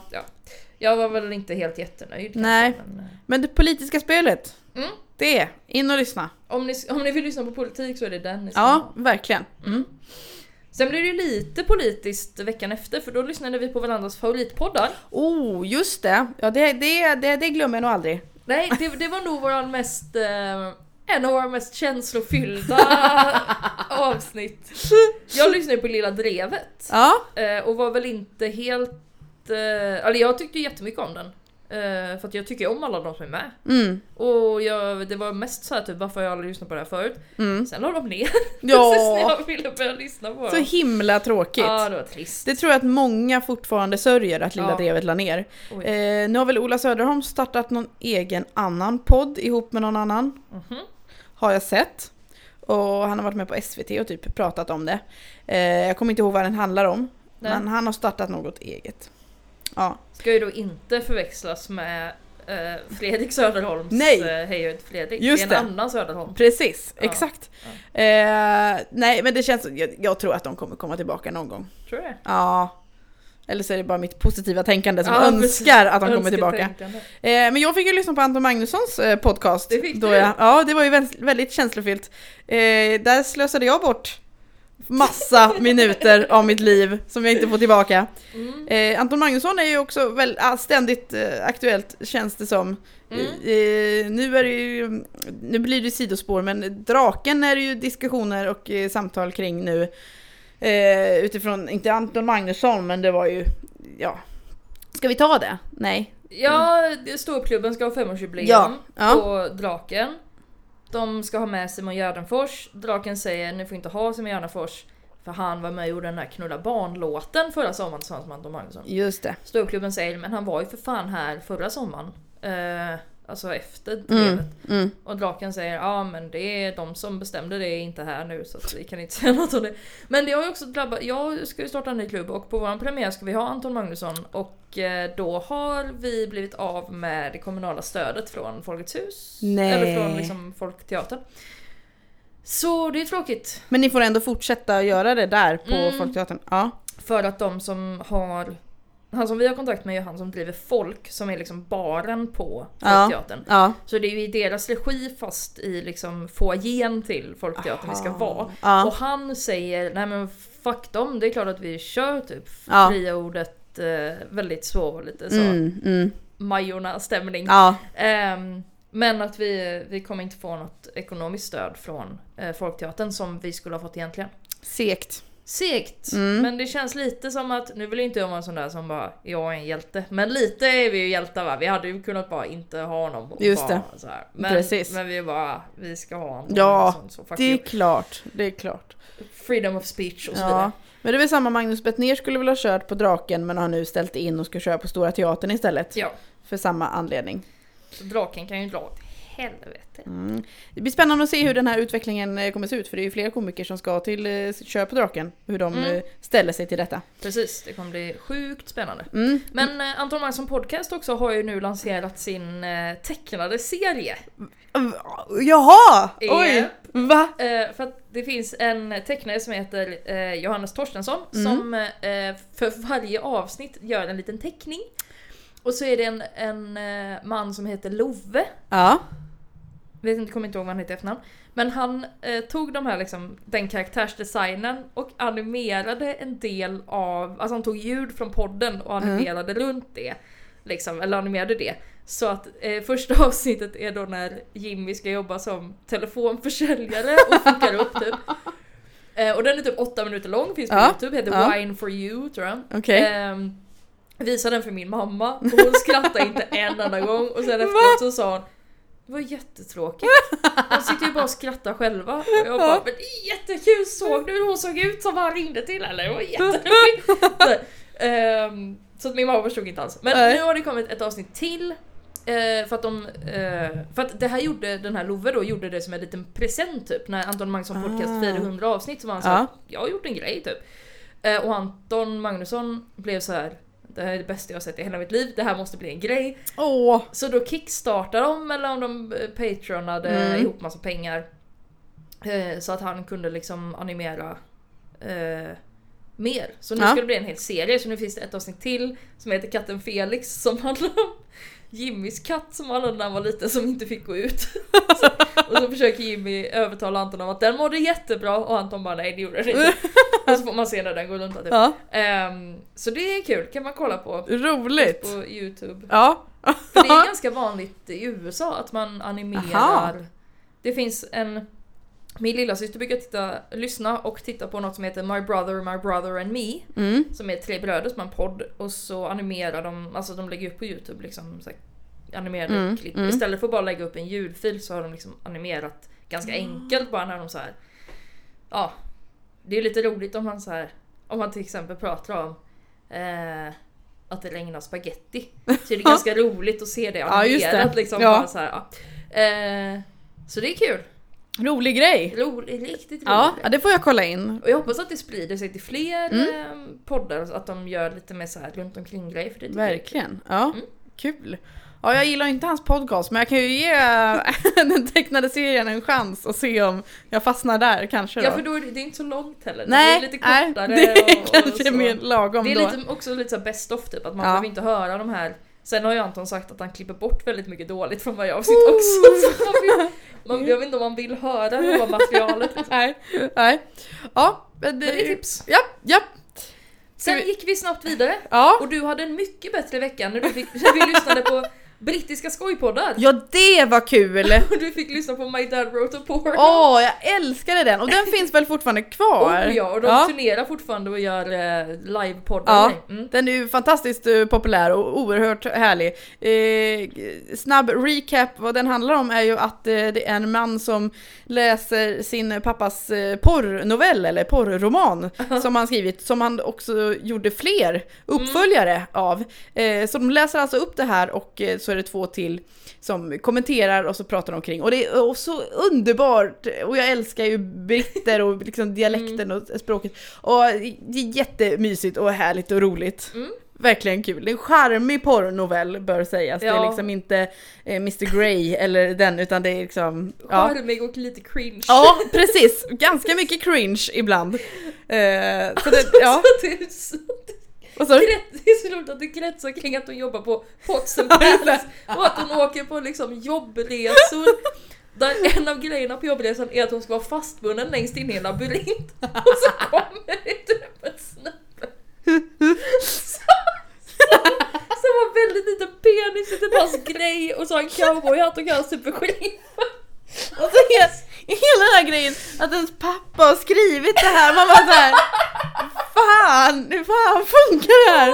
A: Jag var väl inte helt jättenöjd kanske,
B: Nej.
A: Men, eh,
B: Men det politiska spelet.
A: Mm.
B: Det, in och lyssna.
A: om, ni, om ni vill lyssna på politik så är det den ni ska
B: Ja,
A: ha.
B: verkligen. Mm.
A: Sen blev det ju lite politiskt veckan efter för då lyssnade vi på varandras favoritpoddar.
B: Oh, just det. Ja, det, det, det, det glömmer jag nog aldrig.
A: Nej, det, det var nog våran mest eh, en av våra mest känslofyllda avsnitt. Jag lyssnade ju på Lilla Drevet
B: Ja,
A: eh, och var väl inte helt... eh, Eller jag tyckte jättemycket om den. Eh, För att jag tycker om alla de som är med.
B: mm,
A: Och jag, det var mest så här typ varför har jag aldrig lyssnat på det här förut.
B: mm.
A: Sen la de ner precis när
B: Ja,
A: jag ville börja lyssna på
B: så
A: dem.
B: himla tråkigt.
A: Ja det var trist.
B: Det tror jag att många fortfarande sörjer att Lilla
A: Ja.
B: Drevet la ner.
A: Oj.
B: Eh, nu har väl Ola Söderholm startat någon egen annan podd ihop med någon annan.
A: Mhm.
B: Har jag sett. Och han har varit med på SVT och typ pratat om det. Eh, jag kommer inte ihåg vad den handlar om.
A: Nej.
B: Men han har startat något eget. Ja,
A: Ska ju då inte förväxlas med eh, Fredrik Söderholms
B: Nej.
A: eh, Hej jag heter Fredrik.
B: Just
A: det är en
B: det.
A: annan Söderholm.
B: precis.
A: Ja.
B: Exakt. Eh, nej, men det känns... Jag, jag tror att de kommer komma tillbaka någon gång.
A: Tror du det?
B: Ja. Eller så är det bara mitt positiva tänkande som
A: Ja,
B: önskar
A: precis.
B: att de kommer tillbaka.
A: Önsketänkande.
B: Eh, men jag fick ju lyssna på Anton Magnussons eh, podcast.
A: Det fick
B: då
A: du.
B: jag, Ja, det var ju väldigt, väldigt känslofyllt. Eh, där slösade jag bort massa minuter av mitt liv som jag inte får tillbaka.
A: Mm.
B: Eh, Anton Magnusson är ju också väl, ah, ständigt eh, aktuellt känns det som.
A: Mm.
B: Eh, nu, är det ju, nu blir det sidospår men draken är det ju diskussioner och eh, samtal kring nu. Eh, utifrån, inte Anton Magnusson men det var ju, ja. Ska vi ta det? Nej.
A: Ja, det- ståuppklubben ska ha femårsjubileum
B: Ja, ja.
A: på Draken. De ska ha med Simon Gärdenfors. Draken säger ni får inte ha Simon Gärdenfors för han var med och gjorde den här knulla barn-låten förra sommaren tillsammans med Anton Magnusson.
B: Just det.
A: Ståuppklubben säger men han var ju för fan här förra sommaren. Eh, alltså efter drevet.
B: Mm, mm.
A: Och draken säger ja men det är de som bestämde det är inte här nu så att vi kan inte säga något om det. Men det har ju också drabbat, jag ska ju starta en ny klubb och på våran premiär ska vi ha Anton Magnusson och eh, då har vi blivit av med det kommunala stödet från Folkets hus.
B: Nej.
A: Eller från liksom Folkteatern. Så det är tråkigt.
B: Men ni får ändå fortsätta göra det där på
A: Mm.
B: Folkteatern? Ja.
A: För att de som har han som vi har kontakt med är han som driver Folk som är liksom baren på
B: Ja.
A: Folkteatern.
B: ja.
A: Så det är ju i deras regi fast i liksom foajén till Folkteatern vi ska
B: Aha.
A: vara.
B: Ja.
A: Och han säger nej men fuck dem, det är klart att vi kör typ
B: Ja.
A: fria ordet eh, väldigt så lite så
B: Mm, mm.
A: Majorna stämning.
B: Ja.
A: Ehm, men att vi, vi kommer inte få något ekonomiskt stöd från eh, Folkteatern som vi skulle ha fått egentligen.
B: Segt.
A: Segt!
B: Mm.
A: Men det känns lite som att, nu vill inte jag vara en sån där som bara jag är en hjälte. Men lite är vi ju hjältar va? Vi hade ju kunnat bara inte ha någon. och
B: Just
A: bara Så här. Men,
B: Precis.
A: men vi är bara, vi ska ha en
B: Ja,
A: sån, så fuck
B: Det är
A: you.
B: klart. Det är klart.
A: Freedom of speech och så vidare.
B: Ja. Men det är väl samma Magnus Bettner skulle väl ha kört på Draken men har nu ställt in och ska köra på Stora Teatern istället.
A: Ja,
B: För samma anledning.
A: så draken kan ju dra åt helvete.
B: Mm. Det blir spännande att se hur den här utvecklingen eh, kommer se ut för det är ju fler komiker som ska till eh, köra på Draken. Hur de
A: Mm.
B: eh, ställer sig till detta.
A: Precis, det kommer bli sjukt spännande.
B: Mm.
A: Men eh, Anton Magnusson Podcast också har ju nu lanserat sin eh, tecknade serie.
B: Jaha!
A: Japp.
B: Va?
A: Eh, för att det finns en tecknare som heter eh, Johannes Torstensson
B: Mm.
A: som eh, för varje avsnitt gör en liten teckning. Och så är det en, en eh, man som heter Love
B: Ja.
A: vet inte, kommer inte ihåg vad han heter i efternamn. Men han eh, tog de här liksom, den karaktärsdesignen och animerade en del av, alltså han tog ljud från podden och animerade runt det. Liksom, eller animerade det. Så att eh, första avsnittet är då när Jimmy ska jobba som telefonförsäljare och fuckar upp typ. Eh, och den är typ åtta minuter lång, finns på
B: Ja,
A: youtube, heter
B: ja.
A: Wine for you tror jag.
B: Okej.
A: Ehm, visade den för min mamma och hon skrattade inte en enda gång och sen efteråt så sa hon Det var jättetråkigt. De sitter ju bara och skrattar själva. Och jag bara men det är jättekul, såg du hur hon såg ut som han ringde till eller? Det var jätteroligt. Så, ehm, så att min mamma förstod inte alls. Men
B: Nej.
A: nu har det kommit ett avsnitt till. eh, för att de, eh, för att det här gjorde den här Love då gjorde det som en liten present typ när Anton Magnusson podcast
B: Ah.
A: firade 100 avsnitt så var han så
B: Ja.
A: här, jag har gjort en grej typ. Eh, Och Anton Magnusson blev så här. Det här är det bästa jag har sett i hela mitt liv, det här måste bli en grej.
B: Åh.
A: Så då kickstartade de, eller om de eh, patronade
B: Mm.
A: ihop massa pengar. eh, Så att han kunde liksom animera eh, mer. Så nu
B: Ja.
A: ska det bli en hel serie, så nu finns det ett avsnitt till som heter Katten Felix som handlar om Jimmys katt som han hade när han var liten som inte fick gå ut. så, och så försöker Jimmy övertala Anton om att den mådde jättebra och Anton bara nej det gjorde den inte. och så får man se när den går runt. Typ.
B: Ja.
A: Ehm, så det är kul, kan man kolla på.
B: Roligt.
A: På youtube.
B: Ja.
A: För det är ganska vanligt i USA att man animerar
B: Aha.
A: Det finns en... Min lilla syster brukar titta, lyssna och titta på något som heter My Brother, My Brother and Me.
B: Mm.
A: Som är tre bröder som har en podd och så animerar de, alltså de lägger upp på youtube liksom så här, animerade
B: Mm,
A: klipp.
B: mm.
A: Istället för att bara lägga upp en ljudfil så har de liksom animerat ganska enkelt bara när de så här. Ja, det är lite roligt om han så här, om han till exempel pratar om eh, att det regnar spaghetti. Så är det ganska roligt att se det
B: Ja, just det.
A: animerat liksom.
B: Ja.
A: Bara så, här, ja. eh, så det är kul.
B: Rolig grej!
A: Roligt, riktigt roligt.
B: Ja, ja, det får jag kolla in.
A: Och jag hoppas att det sprider sig till fler
B: Mm.
A: eh, poddar, så att de gör lite mer så här runt omkring grejer för det tycker jag är kul.
B: Verkligen. Ja,
A: Mm.
B: kul. Ja, jag gillar ju inte hans podcast, men jag kan ju ge den tecknade serien en chans och se om jag fastnar där kanske då.
A: Ja för då är det, det är inte så långt heller,
B: nej,
A: det är lite
B: nej,
A: kortare
B: det är
A: och, och
B: kanske
A: så.
B: mer lagom
A: Det är
B: då.
A: lite, också lite så här best of typ, att man
B: Ja.
A: behöver inte höra de här Sen har ju Anton sagt att han klipper bort väldigt mycket dåligt från varje avsnitt också så man vill, man, jag vet inte om man vill höra råmaterialet. Men
B: Nej, nej. Ja, men det,
A: det är typ- tips.
B: Ja, ja,
A: Sen
B: vi-
A: gick vi snabbt vidare
B: ja.
A: och du hade en mycket bättre vecka när, du fick, när vi lyssnade på brittiska skojpoddar.
B: Ja, det var kul!
A: Och du fick lyssna på My Dad Wrote a Porno.
B: Åh, jag älskade den! Och den finns väl fortfarande kvar?
A: Oh, ja, och de turnerar fortfarande och gör eh, livepoddar.
B: Ja.
A: Mm.
B: Den är ju fantastiskt eh, populär och oerhört härlig. Eh, snabb recap, vad den handlar om är ju att eh, det är en man som läser sin pappas eh, porrnovell eller porrroman som han skrivit, som han också gjorde fler uppföljare av. Eh, så de läser alltså upp det här och eh, så är det två till som kommenterar och så pratar de kring. Och det är och så underbart! Och jag älskar ju britter och
A: Mm.
B: liksom dialekten och språket. Och det är jättemysigt och härligt och roligt.
A: Mm.
B: Verkligen kul. Det är en charmig porrnovell bör sägas. Det är
A: Ja.
B: liksom inte eh, Mr Grey eller den utan det är liksom... Ja.
A: Charmig och lite cringe.
B: Ja precis, ganska mycket cringe ibland. Eh, så det, ja.
A: Så det, är så,
B: Vad sa du?
A: det är så roligt att det kretsar kring att hon jobbar på Pots and Pans och att hon åker på liksom jobbresor. Där en av grejerna på jobbresan är att hon ska vara fastbunden längst in i en labyrint. Och så kommer det typ en snubbe. Som, som, som har väldigt liten penis, inte på hans grej och så har han cowboyhatt och kallas typ för sheriffen.
B: Och så är hela den här grejen att ens pappa har skrivit det här, man bara såhär Fan, hur fan funkar det här?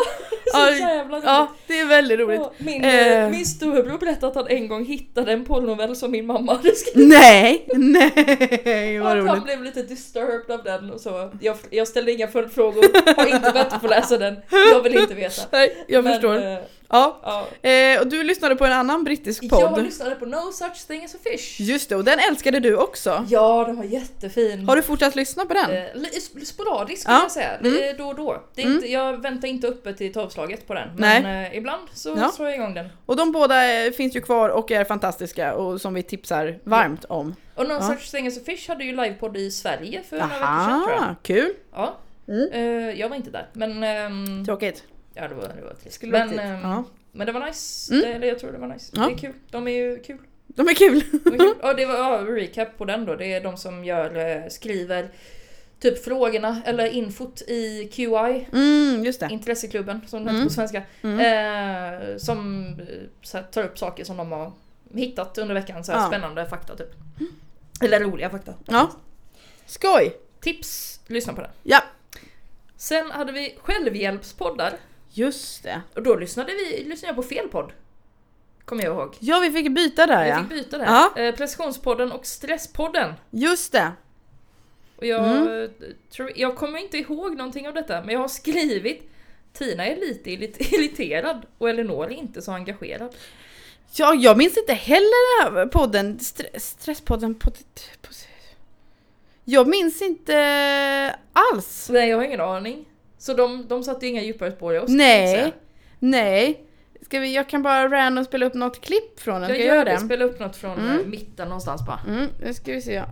A: Så
B: Ja,
A: jävla
B: Ja, det är väldigt roligt.
A: roligt. Min,
B: Eh.
A: eh. min storebror berättade att han en gång hittade en porrnovell som min mamma hade skrivit.
B: Nej, nej,
A: Och att
B: vad
A: han
B: roligt.
A: blev lite disturbed av den och så. Jag, jag ställde inga följdfrågor, har inte bett att få läsa den. Jag vill inte veta.
B: Nej, jag
A: Men,
B: förstår.
A: eh,
B: Ja.
A: ja.
B: Eh, och du lyssnade på en annan brittisk
A: Jag
B: podd.
A: lyssnade på No Such Thing As A Fish.
B: Just det, och den älskade du också.
A: Ja, den var jättefin.
B: Har du fortsatt lyssna på den?
A: Mm. Eh, li- sp- Sporadisk skulle
B: Ja,
A: jag säga,
B: mm.
A: Det är då och då. Det är
B: Mm.
A: inte, jag väntar inte uppe till tolvslaget på den.
B: Nej.
A: Men eh, ibland så
B: Ja.
A: slår jag igång den.
B: Och de båda eh, finns ju kvar och är fantastiska och som vi tipsar varmt om.
A: Och No
B: Ja.
A: Such Thing As A Fish hade ju livepodd i Sverige för några veckor sedan tror jag.
B: Aha, kul.
A: Ja.
B: Mm.
A: Eh, jag var inte där, men... ehm,
B: Tråkigt.
A: ja, det var, det var trist.
B: Skulle
A: Men,
B: varit dit.
A: ehm,
B: Ja.
A: men det var nice.
B: Mm.
A: Det, eller jag tror det var nice.
B: Ja. Mm-hmm.
A: Det är kul. De är ju kul.
B: De är kul.
A: De är kul. ja, det var ja, recap på den då. Det är de som gör, eh, skriver typ frågorna eller infot i QI.
B: Mm, just det.
A: Intresseklubben som den
B: Mm.
A: heter på svenska.
B: Mm.
A: Eh, som eh, så här, tar upp saker som de har hittat under veckan. Så här,
B: Ja. Mm.
A: Spännande fakta typ. Eller roliga fakta.
B: Ja. Skoj!
A: Tips! Lyssna på den.
B: Ja,
A: Sen hade vi självhjälpspoddar.
B: just det.
A: Och då lyssnade vi lyssnade jag på fel podd. Kommer jag ihåg.
B: Ja, vi fick byta där
A: Vi
B: ja.
A: fick byta där.
B: Ja.
A: Eh, precisionspodden och stresspodden.
B: Just det.
A: Och jag,
B: Mm.
A: eh, tror, jag kommer inte ihåg någonting av detta, men jag har skrivit Tina är lite irrit- irriterad och Elinor är inte så engagerad.
B: Ja, jag minns inte heller den här podden, stre- stresspodden. På, på, jag minns inte alls.
A: Så nej, jag har ingen aning. Så de, de satte ju inga djupare spår i oss. kan jag säga.
B: Nej, nej. Ska vi, jag kan bara random spela upp något klipp från den.
A: Jag
B: Ska jag göra
A: gör det.
B: det?
A: Spela upp något från
B: Mm.
A: eh, mitten någonstans bara.
B: Mm, nu ska vi se.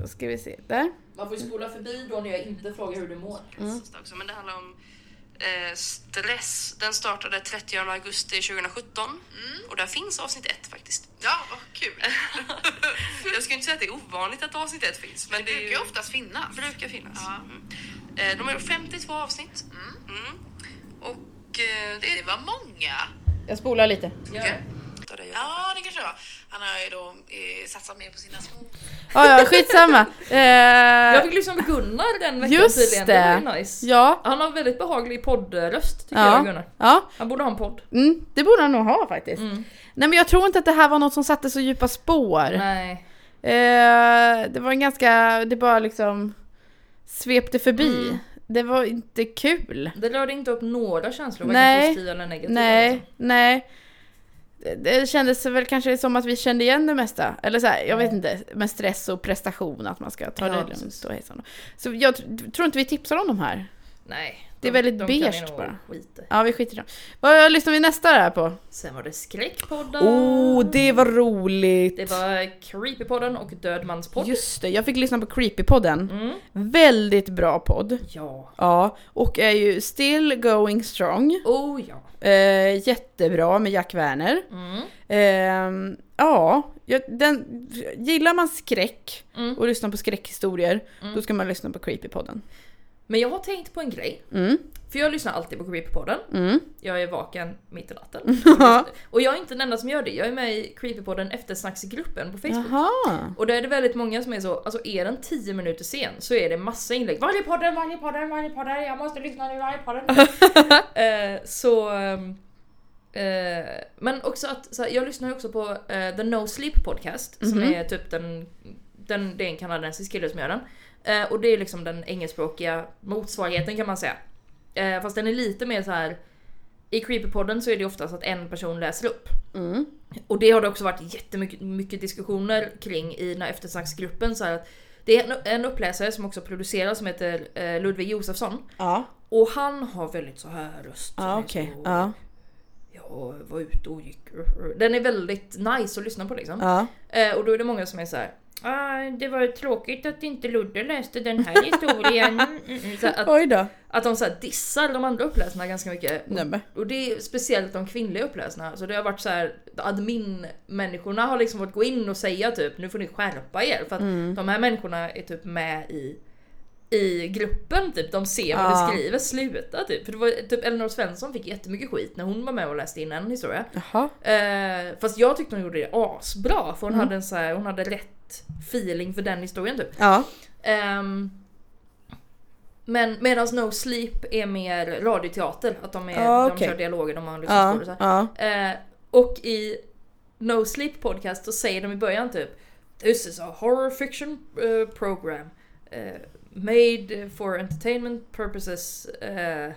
B: Då ska vi se, där.
A: Man får ju spola förbi då när jag inte frågar hur du mår.
B: Mm.
D: också, men det handlar om eh, stress. Den startade 30 augusti 2017 och där finns avsnitt ett faktiskt.
E: Ja, vad kul.
D: Jag skulle inte säga att det är ovanligt att avsnitt ett finns, men
E: Det brukar ju
D: ju-
E: oftast finnas.
D: brukar finnas.
E: Ja.
D: Mm. Eh, de har gjort 52 avsnitt mm. och eh, det är
E: Det var många.
B: Jag spolar lite.
D: mycket. Där jag Ja, det kanske det var. Han har ju då eh, satsat mer på sina små...
B: Ja, ja, skitsamma.
A: Jag
B: Eh,
A: fick lyssna på Gunnar den veckan
B: Just
A: tydligen,
B: det.
A: det var ju nice.
B: ja,
A: Han har en väldigt behaglig poddröst tycker
B: Ja.
A: jag Gunnar.
B: ja.
A: Han borde ha en podd.
B: Mm, det borde han nog ha faktiskt.
A: Mm.
B: Nej men jag tror inte att det här var något som satte så djupa spår.
A: Nej.
B: Eh, det var en ganska, det bara liksom svepte förbi.
A: Mm.
B: Det var inte kul.
A: Det lade inte upp några känslor, varken
B: Nej.
A: positiva eller negativa.
B: nej,
A: liksom.
B: nej. Det, det kändes väl kanske som att vi kände igen det mesta. Eller så här, jag vet inte, med stress och prestation att man ska ta
A: Ja,
B: det lugnt
A: precis.
B: och hejsan. Så jag tr- tror inte vi tipsar om de här.
A: Nej.
B: Det är
A: de
B: väldigt
A: kan jag
B: beige
A: nog
B: bara.
A: skita i.
B: Ja, vi skiter i dem. Vad lyssnar vi nästa där på?
A: Sen var det skräckpodden.
B: Åh, Oh, det var roligt!
A: Det var creepypodden och dödmanspodd.
B: Just det, jag fick lyssna på Creepypodden.
A: Mm.
B: Väldigt bra podd.
A: Ja.
B: Ja, och är ju still going strong.
A: Oh ja.
B: Eh, jättebra med Jack Werner.
A: Mm.
B: Ehm, ja, jag, den, gillar man skräck
A: Mm.
B: och lyssnar på skräckhistorier, då ska man lyssna på Creepypodden.
A: Men jag har tänkt på en grej.
B: Mm,
A: För jag lyssnar alltid på creepypodden.
B: mm.
A: Jag är vaken mitt i natten. och jag är inte den enda som gör det. Jag är med i creepypodden eftersnacksgruppen på Facebook.
B: Jaha.
A: Och där är det väldigt många som är så, alltså är den 10 minuter sen så är det massa inlägg. Varje podden, varje podden, varje podden, jag måste lyssna nu, varje podden. eh, så... ehm, Eh, men också att, så här, jag lyssnar ju också på eh, The No Sleep Podcast som
B: Mhm.
A: är typ den, den, det är en kanadensisk kille som gör den. Eh, och det är liksom den engelskspråkiga motsvarigheten kan man säga. Eh, fast den är lite mer så här. i Creepypodden så är det oftast att en person läser upp.
B: Mm.
A: Och det har det också varit jättemycket mycket diskussioner kring i den här eftersnacksgruppen. Så här att det är en, en uppläsare som också producerar som heter eh, Ludvig Josefsson.
B: Ja,
A: Och han har väldigt så här röst. som
B: ja
A: är
B: okej.
A: så-
B: Ja,
A: Jag var ute och gick. Den är väldigt nice att lyssna på liksom.
B: ja.
A: Eh, och då är det många som är så här. Ah, det var ju tråkigt att inte Ludde läste den här historien. Mm, mm, mm. Så att,
B: Oj då.
A: att de så här dissar de andra uppläsarna ganska mycket.
B: Nej, men.
A: Och det är speciellt de kvinnliga uppläsarna. Så det har varit så här, admin-människorna har liksom fått gå in och säga typ nu får ni skärpa er. För att de här människorna är typ med i, i gruppen typ. De ser vad
B: Ja.
A: vi skriver, sluta typ. För det var typ Elinor Svensson fick jättemycket skit när hon var med och läste in en historia.
B: Jaha.
A: Eh, fast jag tyckte hon gjorde det asbra för hon hade en så här, hon hade rätt feeling för den historien typ.
B: Ja.
A: Ehm, men medan No Sleep är mer radioteater, att de, är,
B: Ja,
A: de
B: okej. Ah.
A: kör dialoger, de har en
B: Ja.
A: lyssnarskådis. och så här.
B: Ja.
A: Eh, och i No Sleep podcast så säger de i början typ This is a horror fiction eh, program eh, made for entertainment purposes eh,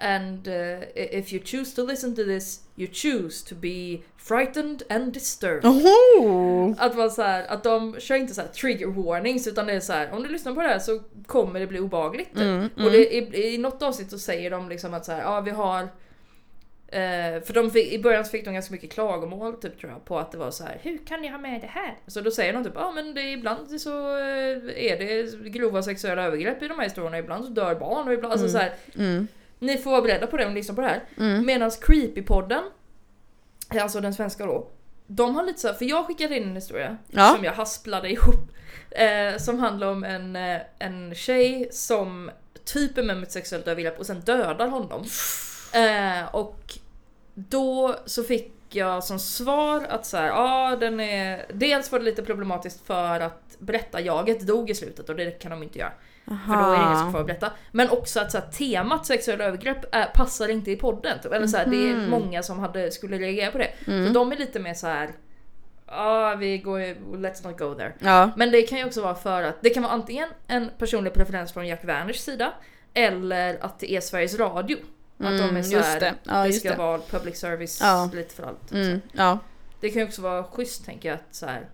A: and eh, i- if you choose to listen to this you choose to be frightened and disturbed.
B: Oho.
A: Att, man så här, att de kör inte så här trigger warnings utan det är så här om du lyssnar på det här så kommer det bli obagligt. typ.
B: Mm,
A: Och det, i, i något avsnitt så säger de liksom att så här, ja vi har eh, för de fick, i början så fick de ganska mycket klagomål typ tror jag på att det var så här hur kan ni ha med det här? Så då säger de typ ja ah, men det, är- ibland så eh, är det grova sexuella övergrepp i de här historierna, ibland så dör barn och ibland alltså så här,
B: Mm.
A: ni får vara beredda på det om ni lyssnar på det här.
B: Mm.
A: Medan Creepypodden, alltså den svenska då, de har lite så här, för jag skickade in en historia
B: Ja.
A: som jag hasplade ihop. Eh, som handlar om en, eh, en tjej som typ är med om ett sexuellt övergrepp och sen dödar honom. Eh, och då så fick jag som svar att så här, ja den är... Dels var det lite problematiskt för att berättarjaget dog i slutet och det kan de inte göra. För då är det ingen som får berätta. Men också att så här, temat sexuella övergrepp är, passar inte i podden. Typ. Eller så här, Det
B: Mm-hmm.
A: är många som hade, skulle reagera på det.
B: Mm.
A: Så de är lite mer så här. Ja, vi går let's not go there.
B: Ja.
A: Men det kan ju också vara för att det kan vara antingen en personlig preferens från Jack Werners sida eller att det är Sveriges Radio. Att
B: Mm,
A: de är så här,
B: just det. Ja, just
A: ska
B: det.
A: vara public service
B: Ja.
A: lite för allt.
B: Mm. Ja.
A: Det kan ju också vara schysst tänker jag att så här.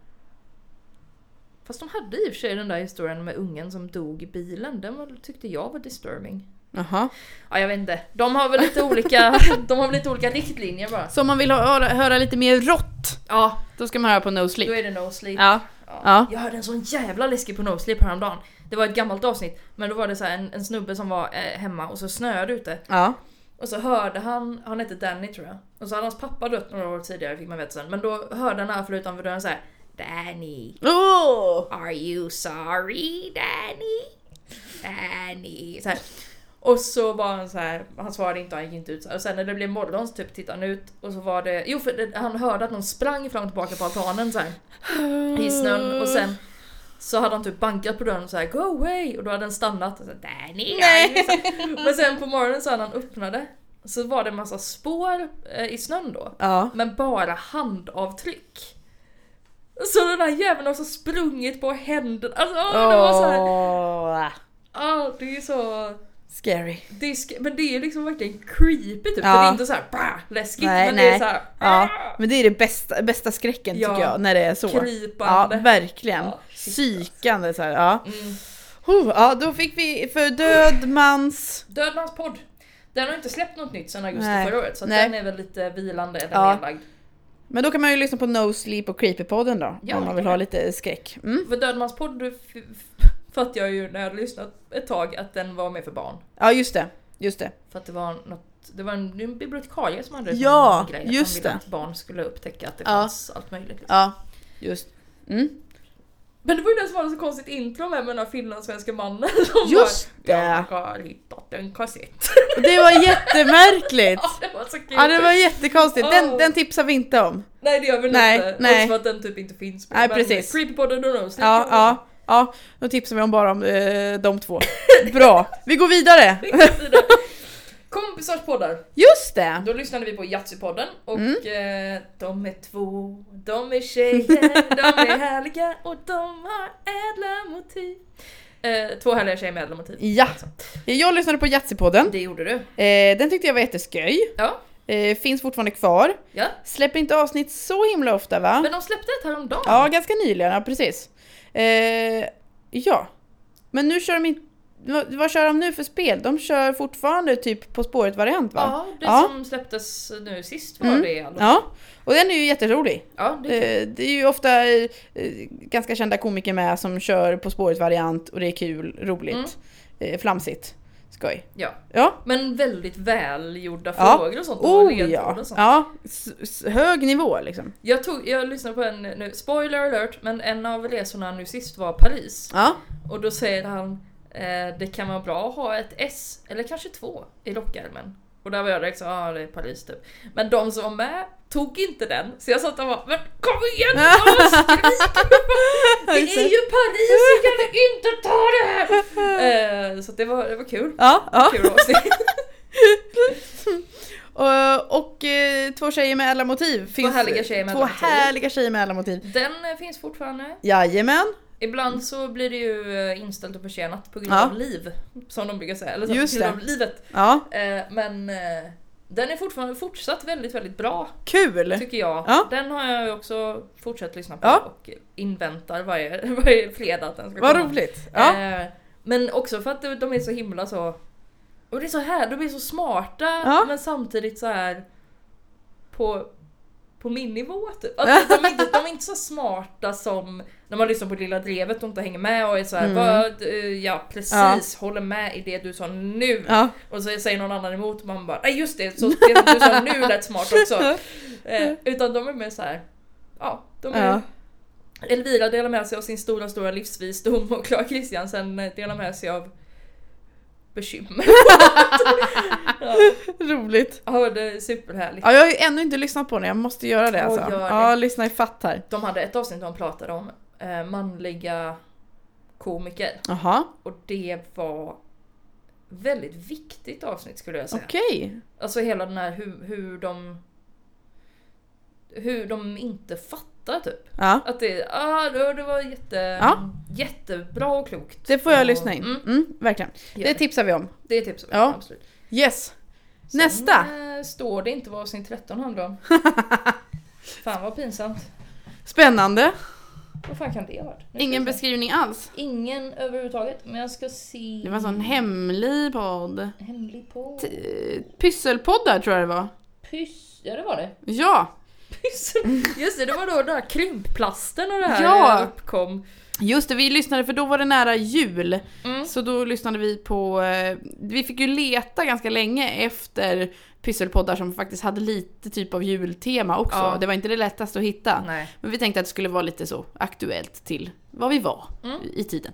A: Fast de hade i och för sig den där historien med ungen som dog i bilen. Den var, tyckte jag var disturbing.
B: Jaha.
A: Ja, jag vet inte. De har väl lite olika, de har väl lite olika riktlinjer bara.
B: Så om man vill höra, höra lite mer rått,
A: Ja,
B: då ska man höra på No
A: då
B: Sleep.
A: är det no sleep.
B: Ja. Ja.
A: Jag hörde en sån jävla läskig på no sleep häromdagen. Det var ett gammalt avsnitt, men då var det så här en, en snubbe som var eh, hemma och så snöade det ute.
B: Ja.
A: Och så hörde han, han hette Danny tror jag. Och så hade hans pappa dött några år tidigare fick man veta sen. Men då hörde han här utanför dörren så här. Danny.
B: Åh!
A: Are you sorry Danny? Danny. Så här. Och så var han så här, han svarade inte, han gick inte ut. Och sen när det blev morgon så typ tittade han ut och så var det, jo för det, han hörde att någon sprang fram och tillbaka på altanen så här i snön och sen så hade han typ bankat på dörren och så här, go away och då hade den stannat och så här, där ni är. Men sen på morgonen så hade han öppnade så var det en massa spår eh, i snön då.
B: Ja.
A: Men bara handavtryck. Så den här jäveln har också sprungit på händerna. Alltså, åh, det var så här,
B: Åh,
A: åh, det är ju så...
B: Scary.
A: Det är, sk- men det är liksom verkligen creepy typ. För
B: Ja.
A: det är inte såhär bah, läskigt
B: Nej,
A: men det är "Ah!"
B: nej.
A: såhär
B: Ja, men det är det bästa, bästa skräcken
A: Ja.
B: tycker jag när det är så.
A: Krypande.
B: Ja, alltså. verkligen.
A: Ja, shit,
B: Psykande så här, ja.
A: Mm.
B: Oh, ja, då fick vi för död mans...
A: Dödmans podd. Den har inte släppt något nytt sedan augusti
B: Nej.
A: förra året så att
B: Nej.
A: den är väl lite vilande eller
B: Ja.
A: nedlagd.
B: Men då kan man ju lyssna på No Sleep och Creepy-podden då,
A: Ja,
B: om man vill
A: det.
B: ha lite skräck. Mm.
A: För Dödmans podd f- fattade jag ju när jag hade lyssnat ett tag att den var med för barn.
B: Ja, just det. Just det.
A: För att det var något, det var en, en bibliotekarie som hade en
B: Ja,
A: sån grej att
B: just
A: han ville
B: det.
A: att barn skulle upptäcka att det
B: Ja.
A: fanns allt möjligt. Liksom.
B: Ja, just. Mm.
A: Men det var ju den som hade så konstigt intro med, med den här finlandssvenska mannen som
B: Just
A: bara,
B: det.
A: Jag har hittat en kassett.
B: Det var jättemärkligt!
A: Ja, det var så kul.
B: Ja, det var jättekonstigt. Den,
A: Oh.
B: den tipsar vi inte om.
A: Nej det gör vi nog
B: Nej,
A: inte.
B: nej.
A: Också för att den typ inte finns.
B: Nej, precis.
A: Creepypodden och Nose.
B: Ja, ja, ja. Då tipsar vi om bara om eh, de två. Bra, vi går vidare!
A: Kompisars poddar.
B: Just det!
A: Då lyssnade vi på Yatzy-podden och
B: Mm.
A: eh, de är två, de är tjejer, de är härliga och de har ädla motiv. Eh, två härliga tjejer med ädla motiv. Alltså.
B: Ja, jag lyssnade på Yatzy-podden.
A: Det gjorde du.
B: Eh, den tyckte jag var jättesköj.
A: Ja.
B: Eh, finns fortfarande kvar.
A: ja.
B: Släpper inte avsnitt så himla ofta va?
A: Men de släppte ett häromdagen.
B: Ja, ganska nyligen, ja precis. Eh, ja. Men nu kör de inte... Vad, vad kör de nu för spel? De kör fortfarande typ På spåret-variant va?
A: Ja, det
B: Ja.
A: som släpptes nu sist var
B: Mm.
A: det i alla fall.
B: Ja, och den är ju jätterolig.
A: Ja, det är kul.
B: Eh, Det är ju ofta eh, eh, ganska kända komiker med som kör På spåret-variant och det är kul, roligt,
A: Mm.
B: eh, flamsigt, skoj.
A: ja.
B: Ja,
A: Men väldigt välgjorda
B: Ja.
A: frågor och sånt. och
B: oh
A: ledtrådar
B: ja!
A: och sånt.
B: ja. S- s- hög nivå liksom.
A: Jag, tog, jag lyssnade på en nu, spoiler alert, men en av resorna nu sist var Paris.
B: Ja,
A: Och då säger han eh, Det kan vara bra att ha ett S, eller kanske två, i rockärmen. Och där var jag direkt så ja ah, det är Paris typ. Men de som var med tog inte den, så jag satt och bara Men kom igen nu! skrik! Det är ju Paris, så kan du inte ta det här! Eh, så att det var, det var kul.
B: ja, ja.
A: Kul avsnitt.
B: Och, och eh, två tjejer med alla motiv. Finns,
A: härliga tjejer med
B: två
A: alla motiv.
B: härliga tjejer med alla motiv.
A: Den eh, finns fortfarande.
B: Jajamän,
A: Ibland så blir det ju eh, inställt och försenat på grund
B: Ja.
A: av liv, som de brukar säga. Eller så,
B: Just
A: på grund
B: det.
A: av livet.
B: ja,
A: Eh, men eh, den är fortfarande fortsatt väldigt, väldigt bra
B: kul!
A: tycker jag.
B: Ja.
A: Den har jag ju också fortsatt lyssna på
B: Ja.
A: och inväntar varje, varje fredag att den ska
B: Vad
A: komma.
B: roligt! Ja,
A: Eh, men också för att de- de är så himla så... Och det är så här, de är så smarta
B: Ja.
A: men samtidigt så här på, på min nivå typ. Alltså, de, är inte, de är inte så smarta som när man lyssnar på Lilla Drevet och inte hänger med och är så här,
B: Mm.
A: "Vad, eh, ja precis, håller med i det du sa nu.
B: ja.
A: Och så säger någon annan emot och man bara nej just det, så det du sa nu lät smart också. Eh, utan de är mer så här. ja de är
B: Mm. ja.
A: Elvira delar med sig av sin stora stora livsvisdom och Clara Kristiansen eh, delar med sig av bekymmer. ja,
B: Roligt!
A: ja, det är superhärligt.
B: Ja, jag har ju ännu inte lyssnat på den, jag måste göra det
A: Ja,
B: alltså.
A: gör det.
B: Ja, lyssna i fatt här.
A: De hade ett avsnitt där de pratade om eh, manliga komiker
B: Jaha,
A: och det var väldigt viktigt avsnitt skulle jag säga.
B: okej.
A: Alltså hela den här hur, hur de hur de inte fattar typ.
B: Ja,
A: Att det, ah, det det var jätte,
B: Ja.
A: jättebra och klokt.
B: det får jag
A: Och-
B: lyssna in.
A: Mm,
B: Mm, verkligen.
A: gör
B: Det tipsar vi om.
A: det är tipset.
B: Ja.
A: Absolut.
B: Yes! Nästa!
A: Sen, eh, står det inte vad avsnitt 13 handlar om. Fan vad pinsamt.
B: Spännande!
A: Vad fan kan det ha varit? Nu ska
B: Ingen
A: vi se.
B: beskrivning alls.
A: Ingen överhuvudtaget, men jag ska se...
B: Det var en sån hemlig podd.
A: Hemlig på...
B: T- Pysselpoddar tror jag det var.
A: Pyss... Ja det var det.
B: Ja,
A: Pyss. Just det, det var då den där krympplasten och det här
B: Mm. Ja.
A: eh, uppkom.
B: just det. Vi lyssnade för då var det nära jul.
A: Mm.
B: Så då lyssnade vi på... eh, Vi fick ju leta ganska länge efter pysselpoddar som faktiskt hade lite typ av jultema också.
A: Ja.
B: Det var inte det lättaste att hitta.
A: Nej. Mm.
B: Men vi tänkte att det skulle vara lite så aktuellt till vad vi var i tiden.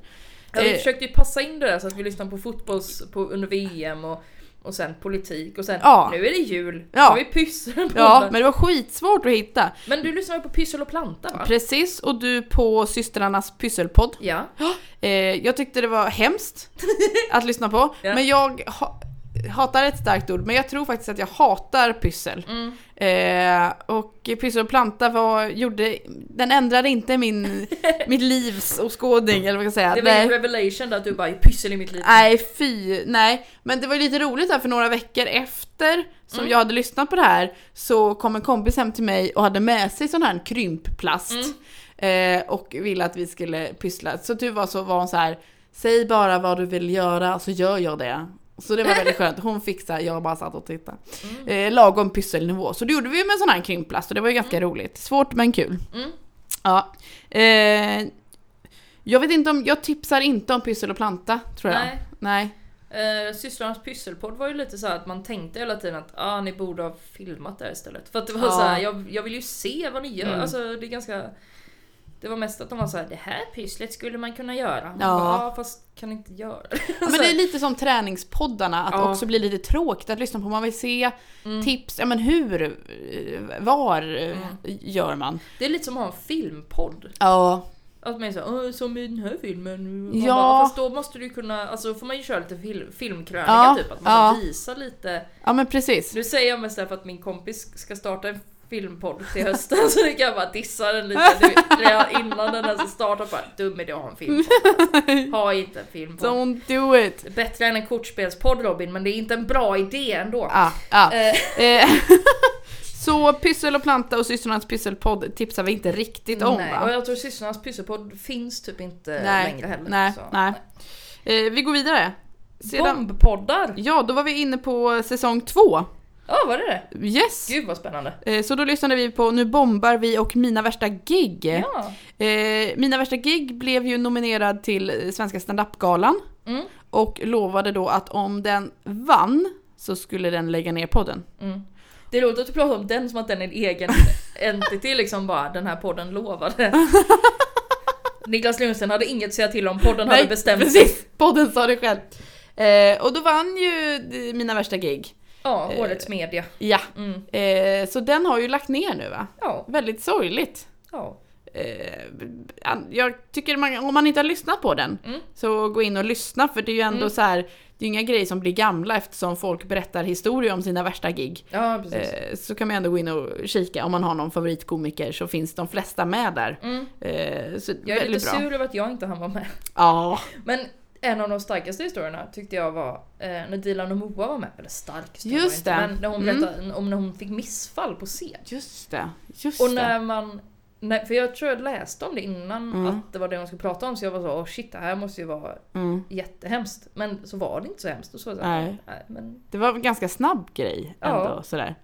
A: Ja, vi
B: Eh.
A: försökte ju passa in det där så att vi lyssnade på fotbolls på, under VM och, och sen politik och sen
B: Ja.
A: nu är det jul.
B: Ja.
A: Nu är vi pyssel på
B: Ja,
A: men...
B: men det var skitsvårt att hitta.
A: men du lyssnar ju på pyssel och planta va?
B: Precis, och du på systrarnas pysselpodd.
A: Ja.
B: Eh, jag tyckte det var hemskt att lyssna på.
A: Ja.
B: Men jag ha- hatar ett starkt ord, men jag tror faktiskt att jag hatar pyssel.
A: Mm.
B: Eh, och pyssel och planta var, gjorde, den ändrade inte min, mitt livs åskådning eller vad jag ska säga.
A: Det var ju
B: Nej.
A: en revelation där att du bara är pyssel i mitt liv.
B: Nej fy, nej. Men det var ju lite roligt där för några veckor efter som
A: Mm.
B: jag hade lyssnat på det här så kom en kompis hem till mig och hade med sig sån här krympplast
A: Mm.
B: eh, och ville att vi skulle pyssla. Så du var så var hon så här, säg bara vad du vill göra så gör jag det. Så det var väldigt skönt, hon fixade, jag bara satt och tittade.
A: Mm.
B: Eh, lagom pysselnivå. Så det gjorde vi med sån här krympplast och det var ju ganska roligt. Svårt men kul.
A: Mm.
B: Ja. Eh, jag vet inte om, jag tipsar inte om pyssel och planta tror jag.
A: Nej.
B: Nej.
A: Eh, systrarnas pysselpodd var ju lite så här att man tänkte hela tiden att ah, ni borde ha filmat det här istället. För att det var
B: Ja.
A: så här, jag, jag vill ju se vad ni gör.
B: Mm.
A: Alltså det är ganska... Det var mest att de var så här, det här pysslet skulle man kunna göra. Man
B: Ja.
A: bara, ah, fast kan inte göra det.
B: Ja, men det är lite som träningspoddarna, att
A: Alltså-
B: det
A: Ja. Mm.
B: också blir lite tråkigt att lyssna på. Man vill se tips, ja men hur, eh, var eh, gör man?
A: Det är lite som att ha en filmpodd.
B: Ja.
A: Att man är så, "Åh, som i den här filmen. Man
B: Ja.
A: Bara, fast då måste du ju kunna, alltså får man ju köra lite fil- filmkrönika
B: Ja,
A: typ. Att man
B: ja.
A: visar lite.
B: Ja men precis.
A: Nu säger jag mest därför att min kompis ska starta en filmpodd till hösten så nu kan jag bara dissa den lite du, redan innan den ens startar. Bara, Dum idé att ha en filmpodd. Ha inte en filmpodd.
B: Don't do it!
A: Bättre än en kortspelspodd Robin men det är inte en bra idé ändå.
B: Ah, ah.
A: Eh,
B: Eh, Så Pyssel och planta och systrarnas pysselpodd tipsar vi inte riktigt om
A: nej.
B: va?
A: Och jag tror systrarnas pysselpodd finns typ inte
B: nej,
A: längre heller.
B: nej,
A: så.
B: nej. Eh, Vi går vidare. Sedan,
A: Bombpoddar!
B: ja, då var vi inne på säsong två.
A: Ja, var det det?
B: Yes!
A: Gud vad spännande.
B: Eh, Så då lyssnade vi på Nu bombar vi och Mina värsta gig.
A: Ja.
B: Eh, Mina värsta gig blev ju nominerad till eh, Svenska standup-galan
A: Mm.
B: och lovade då att om den vann så skulle den lägga ner podden.
A: Det är roligt att du pratar om den som att den är en egen entity liksom bara, den här podden lovade. Niklas Lundsten hade inget att säga till om, podden hade bestämt sig.
B: precis! Podden sa det själv. Eh, och då vann ju eh, Mina värsta gig.
A: Ja,
B: Eh,
A: årets media.
B: Ja.
A: Mm.
B: Eh, så den har ju lagt ner nu va?
A: Ja,
B: Väldigt sorgligt.
A: ja.
B: Eh, an- jag tycker man, om man inte har lyssnat på den
A: Mm.
B: så gå in och lyssna för det är ju ändå så här, det är ju inga grejer som blir gamla eftersom folk berättar historier om sina värsta gig.
A: Ja, precis.
B: Eh, så kan man ändå gå in och kika om man har någon favoritkomiker så finns de flesta med där.
A: Mm.
B: Eh, så
A: Jag är
B: väldigt
A: lite
B: bra.
A: sur över att jag inte hann vara med.
B: Ja,
A: Men en av de starkaste historierna tyckte jag var eh, när Dilan och Moa var med. Eller stark historia var
B: Just
A: inte,
B: det.
A: Men när hon
B: Mm.
A: berättade om när hon fick missfall på scen.
B: just det. Just
A: Och
B: det.
A: när man... När, för jag tror jag läste om det innan
B: Mm.
A: att det var det man skulle prata om så jag var så oh shit det här måste ju vara
B: Mm.
A: jättehemskt. Men så var det inte så hemskt. Och så var jag så här,
B: Nej.
A: men
B: Det var en ganska snabb grej ändå
A: Ja.
B: sådär.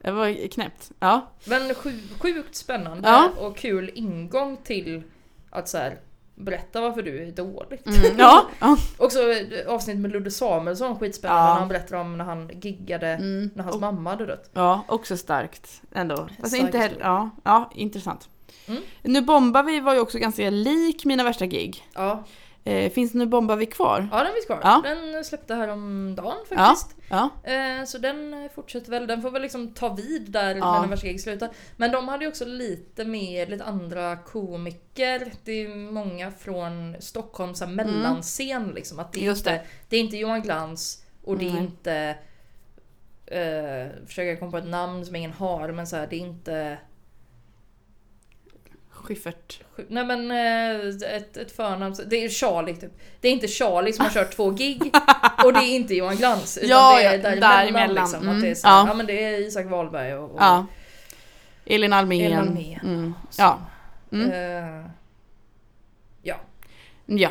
B: Det var knäppt. Ja.
A: men sju- sjukt spännande
B: Ja.
A: och kul ingång till att så här, berätta varför du är dåligt.
B: Mm. ja. ja.
A: Och så avsnitt med Ludde Samuelsson, skitspännande,
B: Ja.
A: när han berättar om när han giggade
B: Mm.
A: när hans
B: Och-
A: mamma hade dött.
B: Ja, också starkt ändå. Fast
A: Stark
B: inte heller,
A: historia.
B: ja, ja, intressant.
A: Mm.
B: Nu bombar vi var ju också ganska lik mina värsta gig.
A: Ja,
B: Eh, finns Nu bombar vi kvar?
A: ja den finns kvar.
B: Ja.
A: Den släppte häromdagen
B: Ja.
A: faktiskt.
B: ja.
A: Eh, så den fortsätter väl, den får väl liksom ta vid där
B: Ja.
A: när den värsta gig slutar. Men de hade ju också lite mer, lite andra komiker. Det är många från Stockholms så här, mellanscen liksom. Att det, är
B: Mm. Just det.
A: Inte, det är inte Johan Glans och det är
B: Nej.
A: inte... Eh, försöker komma på ett namn som ingen har men så här, det är inte...
B: Schyffert.
A: Nej men eh, ett, ett förnamn, så- det är Charlie typ. Det är inte Charlie som har kört två gig och det är inte Johan Glans. Utan
B: Ja,
A: det är
B: ja,
A: däremellan,
B: däremellan.
A: liksom.
B: Mm,
A: Att det är så här,
B: ja.
A: ja. men det är Isak Wahlberg och, och
B: Ja. Elin Almén.
A: Elin Almén.
B: Mm.
A: så.
B: Ja. Mm.
A: Eh, ja.
B: ja.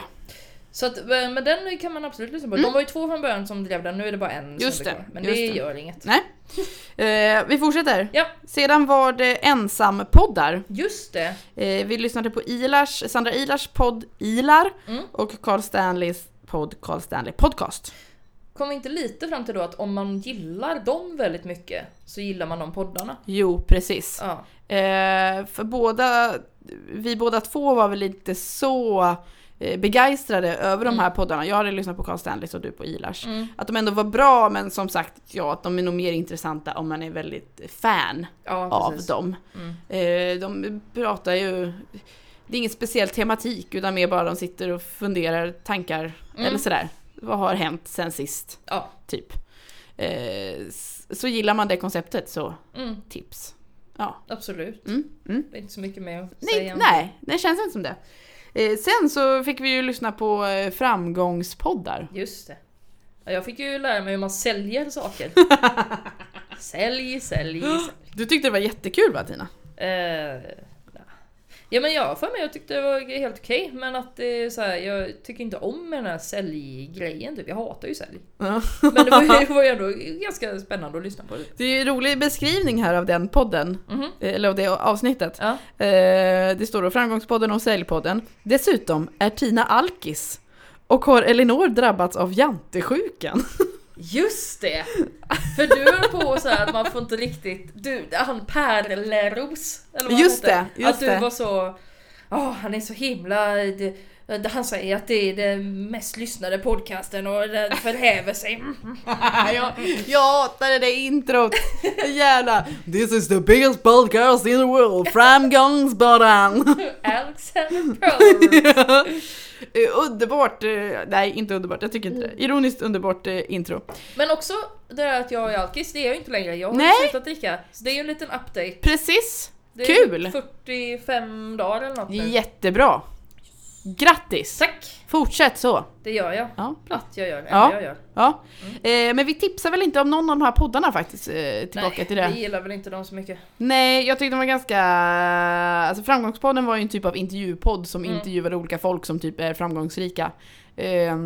A: Så att, eh, men den kan man absolut lyssna på. De var ju två från början som drev den, nu är det bara en
B: Mm. Just
A: som blir
B: det,
A: kvar. Men
B: just
A: det
B: det.
A: gör inget.
B: Nej. Eh, vi fortsätter.
A: Ja,
B: Sedan var det ensampoddar.
A: just det.
B: Eh, vi lyssnade på Ilars, Sandra Ilars podd Ilar
A: Mm.
B: och Carl Stanleys podd Carl Stanley Podcast.
A: Kom vi inte lite fram till då att om man gillar dem väldigt mycket så gillar man de poddarna?
B: Jo, precis.
A: Ja.
B: Eh, för båda, vi båda två var väl inte så eh, begeistrade över de
A: Mm.
B: här poddarna, jag hade lyssnat på Carl Stanley och du på Ilars, att de ändå var bra men som sagt ja, att de är nog mer intressanta om man är väldigt fan
A: Ja,
B: av
A: precis. Mm.
B: dem. Eh, de pratar ju, det är ingen speciell tematik utan mer bara de sitter och funderar tankar
A: Mm.
B: eller sådär. Vad har hänt sen sist?
A: Ja.
B: Typ. Eh, s- så gillar man det konceptet så
A: Mm,
B: tips. Ja.
A: absolut.
B: Mm. Mm.
A: Det är inte så mycket mer att
B: Nej,
A: säga. om
B: nej, det känns inte som det. Eh, sen så fick vi ju lyssna på eh, framgångspoddar.
A: det. Just det. Ja, jag fick ju lära mig hur man säljer saker. sälj, sälj, sälj.
B: Du tyckte det var jättekul va Tina?
A: Eh, ja. ja men jag för mig jag tyckte det var helt okej men att det är så här, jag tycker inte om den här säljgrejen typ. Jag hatar ju sälj. Men det var, ju- det var ju ändå ganska spännande att lyssna på. Det.
B: Det är ju en rolig beskrivning här av den podden,
A: Mhm.
B: eh, eller av det avsnittet.
A: Ja.
B: Eh, det står då Framgångspodden och Säljpodden. Dessutom är Tina alkis och har Elinor drabbats av jantesjukan.
A: Just det! För du höll på så här att man får inte riktigt... Du, han Perleros, eller vad han
B: Just
A: heter.
B: det, just
A: Att du
B: det.
A: var så... "Åh, han är så himla... Det, det, han säger att det är den mest lyssnade podcasten och den förhäver sig. Mm.
B: jag, jag hatade det introt! Jävlar! This is the biggest podcast in the world, Framgångspodden!
A: Alexander Perleros.
B: Eh, underbart, eh, nej inte underbart, jag tycker inte det. Ironiskt underbart eh, intro.
A: Men också det där att jag är alkis, det är jag ju inte längre. Jag har ju
B: Nej.
A: slutat dricka. Så det är ju en liten update.
B: Precis!
A: Det är
B: Kul.
A: 45 dagar eller något nu.
B: Jättebra! Grattis!
A: Tack!
B: Fortsätt så!
A: Det gör jag.
B: Ja, bra.
A: Att jag gör.
B: Ja.
A: Ja. Jag gör.
B: Ja. Eh, men vi tipsar väl inte om någon av de här poddarna faktiskt, eh, tillbaka
A: Nej,
B: till det.
A: vi gillar väl inte dem så mycket.
B: Nej, jag tyckte de var ganska... Alltså Framgångspodden var ju en typ av intervjupodd som intervjuade olika folk som typ är framgångsrika. Eh,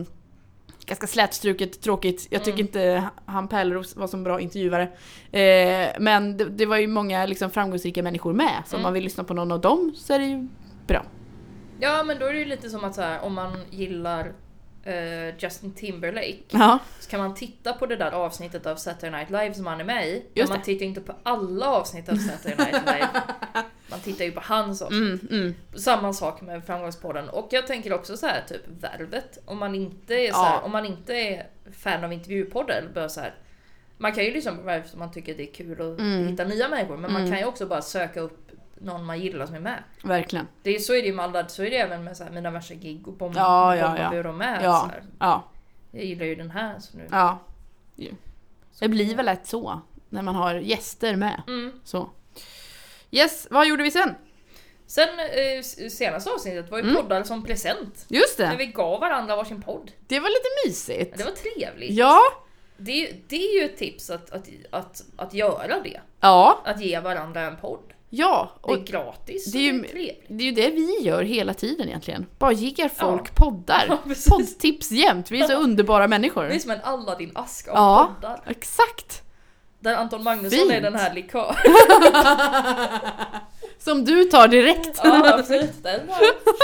B: ganska slätstruket, tråkigt. Jag tycker inte han Pärleros var som bra intervjuare. Eh, men det, det var ju många liksom framgångsrika människor med, så om man vill lyssna på någon av dem så är det ju bra.
A: Ja men då är det ju lite som att så här, om man gillar eh, Justin Timberlake
B: Ja,
A: så kan man titta på det där avsnittet av Saturday Night Live som han är med i. Men
B: Just
A: man
B: det.
A: tittar inte på alla avsnitt av Saturday Night Live. Man tittar ju på hans avsnitt.
B: mm, mm.
A: Samma sak med framgångspodden och jag tänker också så här typ Värvet. Om man inte är, så
B: Ja.
A: här, om man inte är fan av intervjupoddar bör så här, Man kan ju lyssna på Värvet om man tycker det är kul att
B: Mm.
A: hitta nya människor men man kan ju också bara söka upp någon man gillar som är med.
B: verkligen.
A: Det är, så är det ju med alla, så är det även med så här, mina värsta gig och bomba
B: Ja, ja, ja.
A: hur de är. Så
B: Ja,
A: här.
B: ja,
A: Jag gillar ju den här så nu.
B: ja. Det blir väl lätt så, när man har gäster med.
A: Mm.
B: Så. Yes, vad gjorde vi sen?
A: Sen eh, s- senaste avsnittet var ju
B: Mm.
A: poddar som present.
B: Just
A: När
B: det!
A: vi gav varandra varsin podd.
B: Det var lite mysigt.
A: Det var trevligt.
B: Ja,
A: Det, är ju- det är ju ett tips att, att, att, att göra det.
B: ja,
A: Att ge varandra en podd.
B: ja.
A: Det
B: Och
A: är gratis.
B: det är ju-
A: och trevligt.
B: det är ju det vi gör hela tiden egentligen. Bara ger folk
A: Ja.
B: poddar.
A: Ja, precis.
B: Poddtips jämt. Vi är så underbara människor.
A: Det är som en Aladdin-ask av
B: Mm. Ja,
A: poddar.
B: exakt.
A: Där Anton Magnusson
B: Fint.
A: är den här likör.
B: Som du tar direkt.
A: Ja, absolut. Den har jag.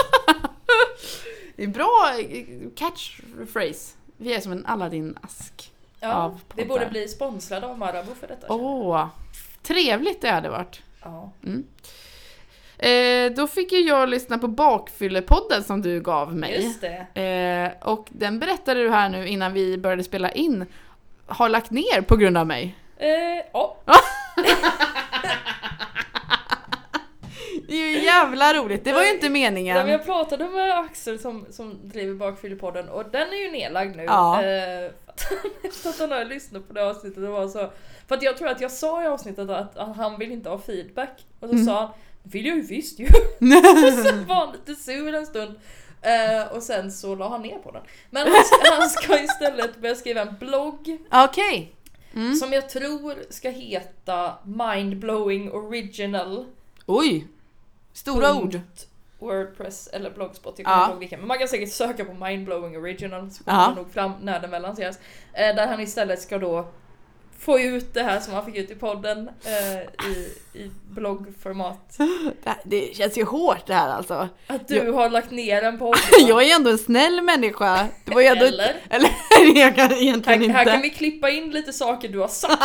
B: Det är bra eh, catchphrase. Vi är som en Aladdin-ask.
A: ja,
B: Av
A: Vi
B: poddar.
A: borde bli sponsrade av Marabou för detta. känner jag.
B: Åh, trevligt det hade varit.
A: Ja.
B: Eh, då fick ju jag lyssna på Bakfyllepodden som du gav mig.
A: Just det.
B: Eh, och den berättade du här nu innan vi började spela in har lagt ner på grund av mig.
A: Eh, ja.
B: Det är ju jävla roligt, det var ju inte
A: Nej, men
B: meningen.
A: jag pratade med Axel som, som driver Bakfyllepodden och den är ju nedlagd nu.
B: Ja.
A: Eh, Efter att han har lyssnat på det avsnittet och var så. För att jag tror att jag sa i avsnittet att, att han vill inte ha feedback. Och så sa han, det vill jag ju visst ju. så var han lite sur en stund. Eh, och sen så la han ner på den. Men han ska, han ska istället börja skriva en blogg
B: Okej.
A: som jag tror ska heta Mindblowing Original
B: Oj. Stora
A: Punkt.
B: ord.
A: Wordpress eller Blogspot, jag
B: Ja.
A: kommer inte ihåg vilken. Men man kan säkert söka på Mindblowing Original så kommer
B: Ja.
A: man nog fram när den väl lanseras. Eh, där han istället ska då få ut det här som han fick ut i podden eh, i, i bloggformat.
B: Det, här- det känns ju hårt det här alltså.
A: Att du har lagt ner en podd.
B: Jag är ju ändå en snäll människa. Det var ju ändå
A: Eller?
B: Eller? jag kan egentligen
A: här, här
B: inte.
A: kan vi klippa in lite saker du har sagt.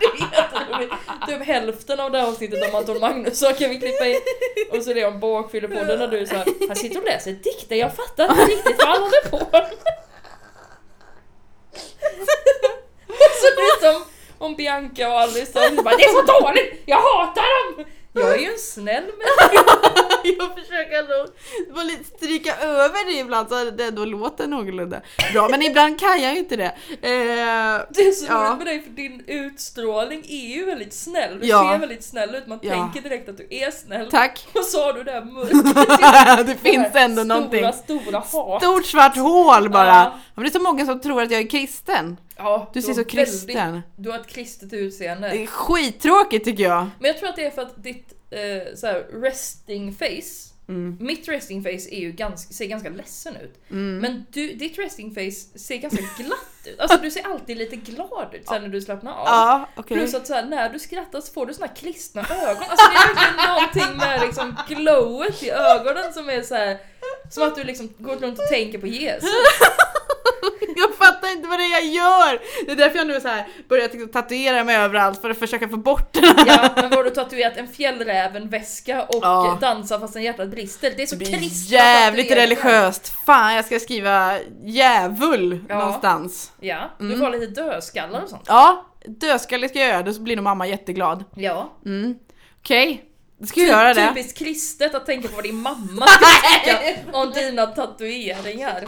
A: det är jätteroligt. Och vi, typ hälften av det här avsnittet om Anton Magnusson kan vi klippa in. Och så det om bakfyllepodden när du sa han sitter och läser dikter, jag fattar inte riktigt vad han håller på med." Så det är som om Bianca och Alice och vi bara, det är så dåligt, jag hatar dem! Jag är ju en snäll människa.
B: Jag försöker ändå bara lite stryka över det ibland så att det ändå låter någorlunda bra. Men ibland kan jag ju inte det. Eh,
A: Det är så
B: Ja.
A: roligt med dig för din utstrålning E är ju väldigt snäll. Du
B: Ja.
A: ser väldigt snäll ut, man
B: Ja.
A: tänker direkt att du är snäll.
B: tack.
A: Och så har du det här mörkret.
B: det finns
A: Det här
B: ändå någonting.
A: Stora, stora hat.
B: Stort svart hål bara.
A: Ja.
B: Men det är så många som tror att jag är kristen.
A: Ja,
B: Du ser
A: har
B: så kristen.
A: väldigt- Du har ett kristet utseende.
B: Det är skittråkigt tycker jag.
A: Men jag tror att det är för att ditt eh, så här, resting face,
B: Mm.
A: mitt resting face är ju ganska, ser ganska ledsen ut.
B: Mm.
A: Men du, ditt resting face ser ganska glatt ut. Alltså du ser alltid lite glad ut sen när du slappnar av.
B: Ja, okej.
A: Plus att så här, när du skrattar så får du såna här klistna ögon. Alltså det är verkligen någonting med liksom glowet i ögonen som är så här. Som att du liksom går runt och tänker på Jesus.
B: Jag fattar inte vad det är jag gör! Det är därför jag nu så här börjar liksom tatuera mig överallt för att försöka få bort den här.
A: Ja, men var du tatuerat en fjällräven-väska och
B: Ja.
A: dansa fastän hjärtat brister. Det är så
B: Det är
A: kristna
B: jävligt
A: tatueringar.
B: religiöst. Fan, jag ska skriva djävul
A: Ja.
B: någonstans.
A: Ja,
B: Mm.
A: du får ha lite dödskallar och sånt.
B: Ja, dödskalle ska jag göra det så blir nog mamma jätteglad.
A: Ja.
B: Mm. Okej, då ska jag
A: Typ,
B: göra det.
A: Typiskt kristet att tänka på vad din mamma ska tycka om dina tatueringar.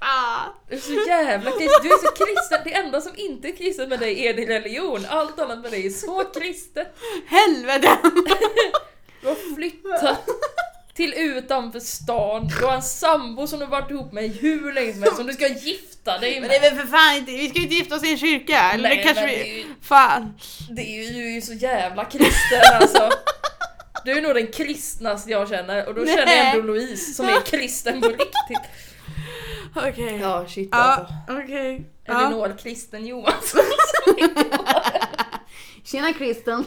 B: Fan.
A: Du är så jävla kristen. Du är så kristen. Det enda som inte är kristet med dig är din religion. Allt annat med dig är så kristet.
B: Helvete!
A: Du har flyttat till utanför stan. Du har en sambo som du varit ihop med hur länge som helst som du ska gifta dig
B: Men
A: med.
B: det är väl för fan inte, vi ska ju inte gifta oss i en kyrka! Eller
A: Nej,
B: det kanske
A: men
B: vi...
A: det är ju-
B: Fan!
A: Det är ju, du är ju så jävla kristen alltså. Du är nog den kristnaste jag känner och då
B: Nej.
A: känner jag ändå Louise som är kristen på riktigt.
B: Okej. Ja,
A: Ja shit
B: ja
A: alltså.
B: okej. Ja.
A: Elinor Kristen Johansson. som är-
B: Tjena Kristen!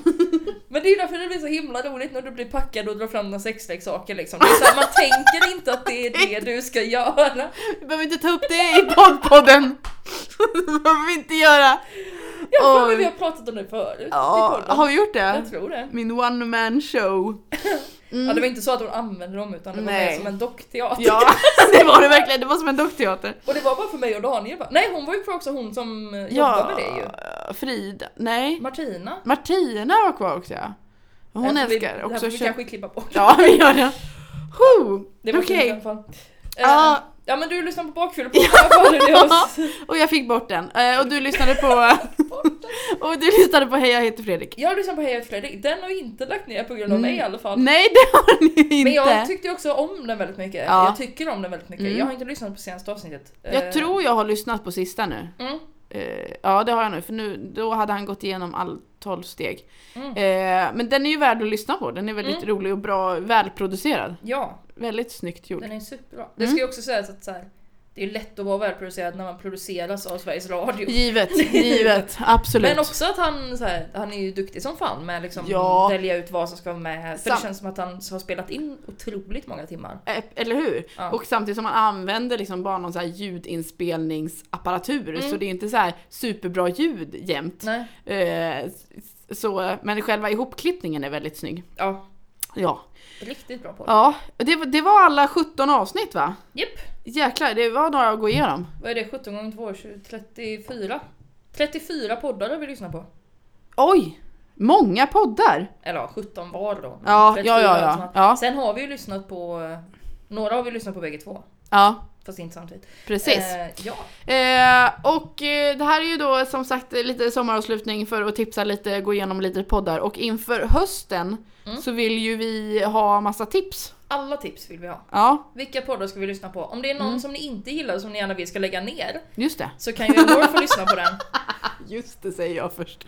A: Men det är ju därför det blir så himla roligt när du blir packad och drar fram dina sexleksaker liksom. Det är så här, man tänker inte att det är det du ska göra.
B: Vi behöver inte ta upp det i poddpodden! det behöver vi inte göra!
A: Jag tror
B: Oj.
A: vi har pratat om det förut i
B: Ja,
A: podden.
B: har vi gjort det?
A: Jag tror det.
B: Min one man show.
A: Ja, det var inte så att hon använde dem utan det var
B: Nej.
A: mer som en dockteater.
B: Ja, det var det verkligen. Det var som en dockteater.
A: Och det var bara för mig och Daniel bara. Nej hon var ju kvar också hon som eh, jobbade
B: Ja,
A: med det ju.
B: Frida. Nej.
A: Martina.
B: Martina var kvar också ja. Hon
A: Eh, vi-
B: älskar
A: Det här
B: också
A: får vi
B: kött.
A: kanske klippa bort.
B: Ja, vi gör det. Huh.
A: Det var
B: Okej. Ah.
A: fint i alla fall. Eh,
B: Ja.
A: Ja men du lyssnar på bakfyllan på oss.
B: Och jag fick bort den. Eh, Och du lyssnade på... och du lyssnade på Hej jag heter Fredrik.
A: Jag lyssnar på Hej jag heter Fredrik. Den har inte lagt ner på grund av mig i alla fall.
B: Mm, Nej det har ni inte.
A: Men jag tyckte också om den väldigt mycket.
B: Ja.
A: Jag tycker om den väldigt mycket.
B: Mm.
A: Jag har inte lyssnat på senaste avsnittet. Eh,
B: jag tror jag har lyssnat på sista nu.
A: Mm.
B: Eh, ja det har jag nu, för nu, då hade han gått igenom all 12 steg.
A: Mm.
B: Eh, men den är ju värd att lyssna på, den är väldigt
A: Mm.
B: rolig och bra, välproducerad.
A: Ja,
B: Väldigt snyggt gjord.
A: Den är superbra. Det
B: Mm.
A: ska ju också sägas att så här, det är lätt att vara välproducerad när man produceras av Sveriges Radio.
B: Givet, givet, absolut.
A: Men också att han, så här, han är ju duktig som fan med liksom
B: Ja.
A: välja ut vad som ska vara med. För
B: Sam-
A: det känns som att han har spelat in otroligt många timmar.
B: Eh, Eller hur?
A: Ja.
B: Och samtidigt som man använder liksom bara någon så här ljudinspelningsapparatur
A: Mm.
B: så det är inte så här superbra ljud jämt.
A: Nej.
B: Eh, s- så, men själva ihopklippningen är väldigt snygg.
A: Ja,
B: Ja,
A: riktigt bra podd.
B: ja. Det, var- det var alla 17 avsnitt va?
A: Japp.
B: Jäklar, det var några att gå igenom.
A: Vad är det? 17 gånger 2? 20, 34? 34 poddar har vi lyssnat på.
B: Oj! Många poddar!
A: Eller ja, 17 var då. men
B: Ja,
A: 34
B: ja, ja,
A: alltså.
B: ja. ja.
A: Sen har vi ju lyssnat på... eh, Några har vi lyssnat på bägge två.
B: Ja,
A: Fast inte samtidigt.
B: precis.
A: Eh, ja.
B: Eh, och eh, det här är ju då som sagt lite sommaravslutning för att tipsa lite, gå igenom lite poddar. Och inför hösten så vill ju vi ha massa tips.
A: Alla tips vill vi ha.
B: Ja,
A: Vilka poddar ska vi lyssna på? Om det är någon
B: Mm.
A: som ni inte gillar som ni gärna vill ska lägga ner
B: just det.
A: så kan ju Elinor få lyssna på den.
B: Just det säger jag först.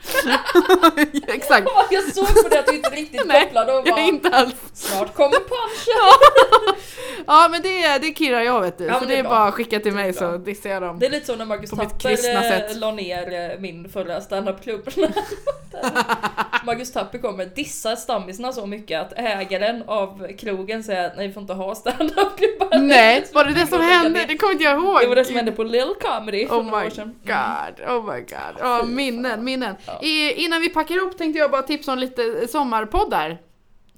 B: Exakt.
A: Jag såg på det att du inte riktigt
B: Nej,
A: kopplade och
B: Jag
A: bara
B: är inte alls...
A: snart kommer punchen.
B: Ja men det, det kirrar jag vet du.
A: Ja,
B: så
A: men
B: det är bara att skicka till
A: Det är
B: mig
A: bra.
B: så dissar jag dem.
A: Det är lite så när Marcus
B: På mitt
A: Tapper
B: kristna
A: eh,
B: sätt.
A: la ner eh, min förra standupklubb. Marcus Tapper kommer dissa stammisarna så mycket att ägaren av krogen säger att nej vi får inte ha standupklubbar.
B: Nej, var det det som hände? Det kommer inte jag ihåg.
A: Det var det som hände på Lil Comedy för
B: Oh
A: några
B: my
A: år sedan. Mm.
B: god, oh my god. Ja, minnen, minnen.
A: Ja.
B: I, innan vi packar ihop tänkte jag bara tipsa om lite sommarpoddar.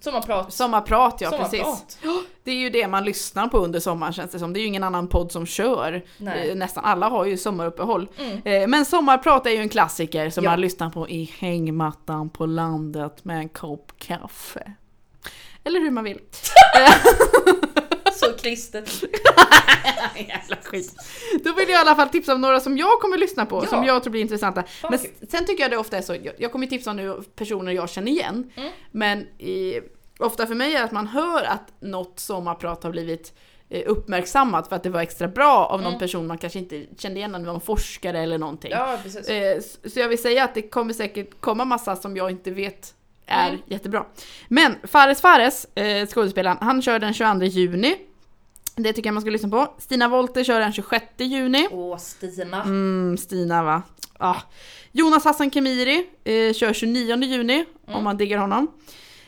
A: Som man pratar
B: Sommarprat ja,
A: Sommarprat.
B: precis. Ja, Det är ju det man lyssnar på under sommaren känns det som. Det är ju ingen annan podd som kör.
A: Nej.
B: Eh, Nästan alla har ju sommaruppehåll.
A: Mm.
B: Eh, Men Sommarprat är ju en klassiker som
A: Ja.
B: man lyssnar på i hängmattan på landet med en kopp kaffe. Eller hur man vill.
A: så kristet.
B: Jävla skit. Då vill jag i alla fall tipsa om några som jag kommer lyssna på,
A: Ja.
B: som jag tror blir intressanta.
A: vad
B: Men
A: kul.
B: s- sen tycker jag det ofta är så, jag- jag kommer tipsa om nu personer jag känner igen,
A: Mm.
B: men i, ofta för mig är att man hör att något sommarprat har blivit eh, uppmärksammat för att det var extra bra av någon
A: Mm.
B: person man kanske inte kände igen, om det var en forskare eller någonting.
A: Ja precis.
B: Eh, s- Så jag vill säga att det kommer säkert komma massa som jag inte vet är
A: Mm.
B: jättebra. Men Fares Fares, eh, skådespelaren, han kör den 22 juni. Det tycker jag man ska lyssna på. Stina Wollter kör den 26 juni.
A: Åh Stina.
B: Mm, Stina va? Ah. Jonas Hassan Kemiri eh, kör 29 juni
A: Mm.
B: om man diggar honom.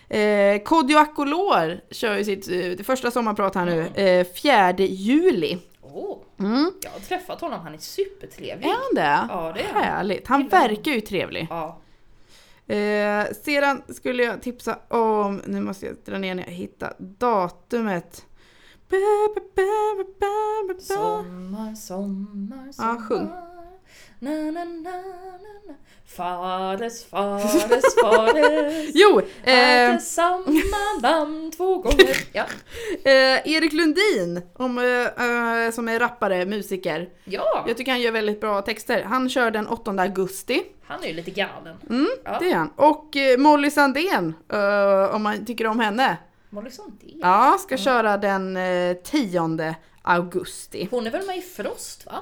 B: Eh, Kodjo Akolor kör ju sitt eh, det första sommarprat här nu,
A: Mm.
B: eh, 4 juli.
A: Åh,
B: Mm.
A: jag har träffat honom, han är supertrevlig.
B: Är han det?
A: Ja, det är han.
B: Härligt. Han verkar ju trevlig.
A: Ja.
B: Eh, sedan skulle jag tipsa om, nu måste jag dra ner när jag hittar datumet. Ba, ba, ba, ba, ba, ba.
A: Sommar, sommar, sommar.
B: Ja, sjung.
A: Na, na, na, na, na. Fares, fares, fares.
B: Jo, eh,
A: Äter samma namn två gånger. Ja,
B: eh, Erik Lundin om, eh, eh, som är rappare, musiker.
A: ja.
B: Jag tycker han gör väldigt bra texter. Han kör den 8 augusti.
A: han är ju lite galen.
B: Mm,
A: Ja.
B: Det är han. Och eh, Molly Sandén, eh, om man tycker om henne,
A: Molly Sandén.
B: ja, ska
A: Mm.
B: köra den eh, 10 augusti.
A: Hon är väl med i Frost va?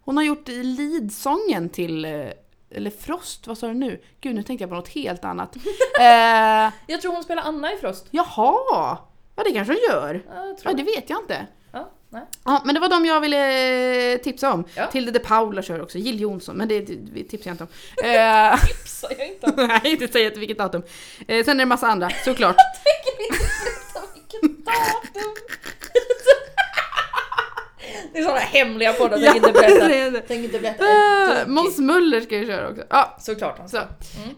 B: Hon har gjort lidsången till, eh, eller Frost, vad sa du nu? Gud nu tänkte jag på något helt annat. eh,
A: Jag tror hon spelar Anna i Frost.
B: jaha! Ja det kanske hon gör.
A: Ja, Jag tror
B: Ja det vet jag inte.
A: ja, nej.
B: Ja men det var de jag ville eh, tipsa om.
A: Ja.
B: Tilde de Paula kör också, Jill Johnson, men det, det tipsar jag inte om. Eh,
A: Psa, jag är inte om
B: nej det säger inte vilket datum. Eh, sen är det en massa andra, såklart.
A: vilket datum. Det är sådana hemliga poddar jag tänker inte berätta.
B: det.
A: Tänker inte berätta.
B: Eh, Måns Möller ska ju köra också. Ja,
A: Såklart han
B: så.
A: ska.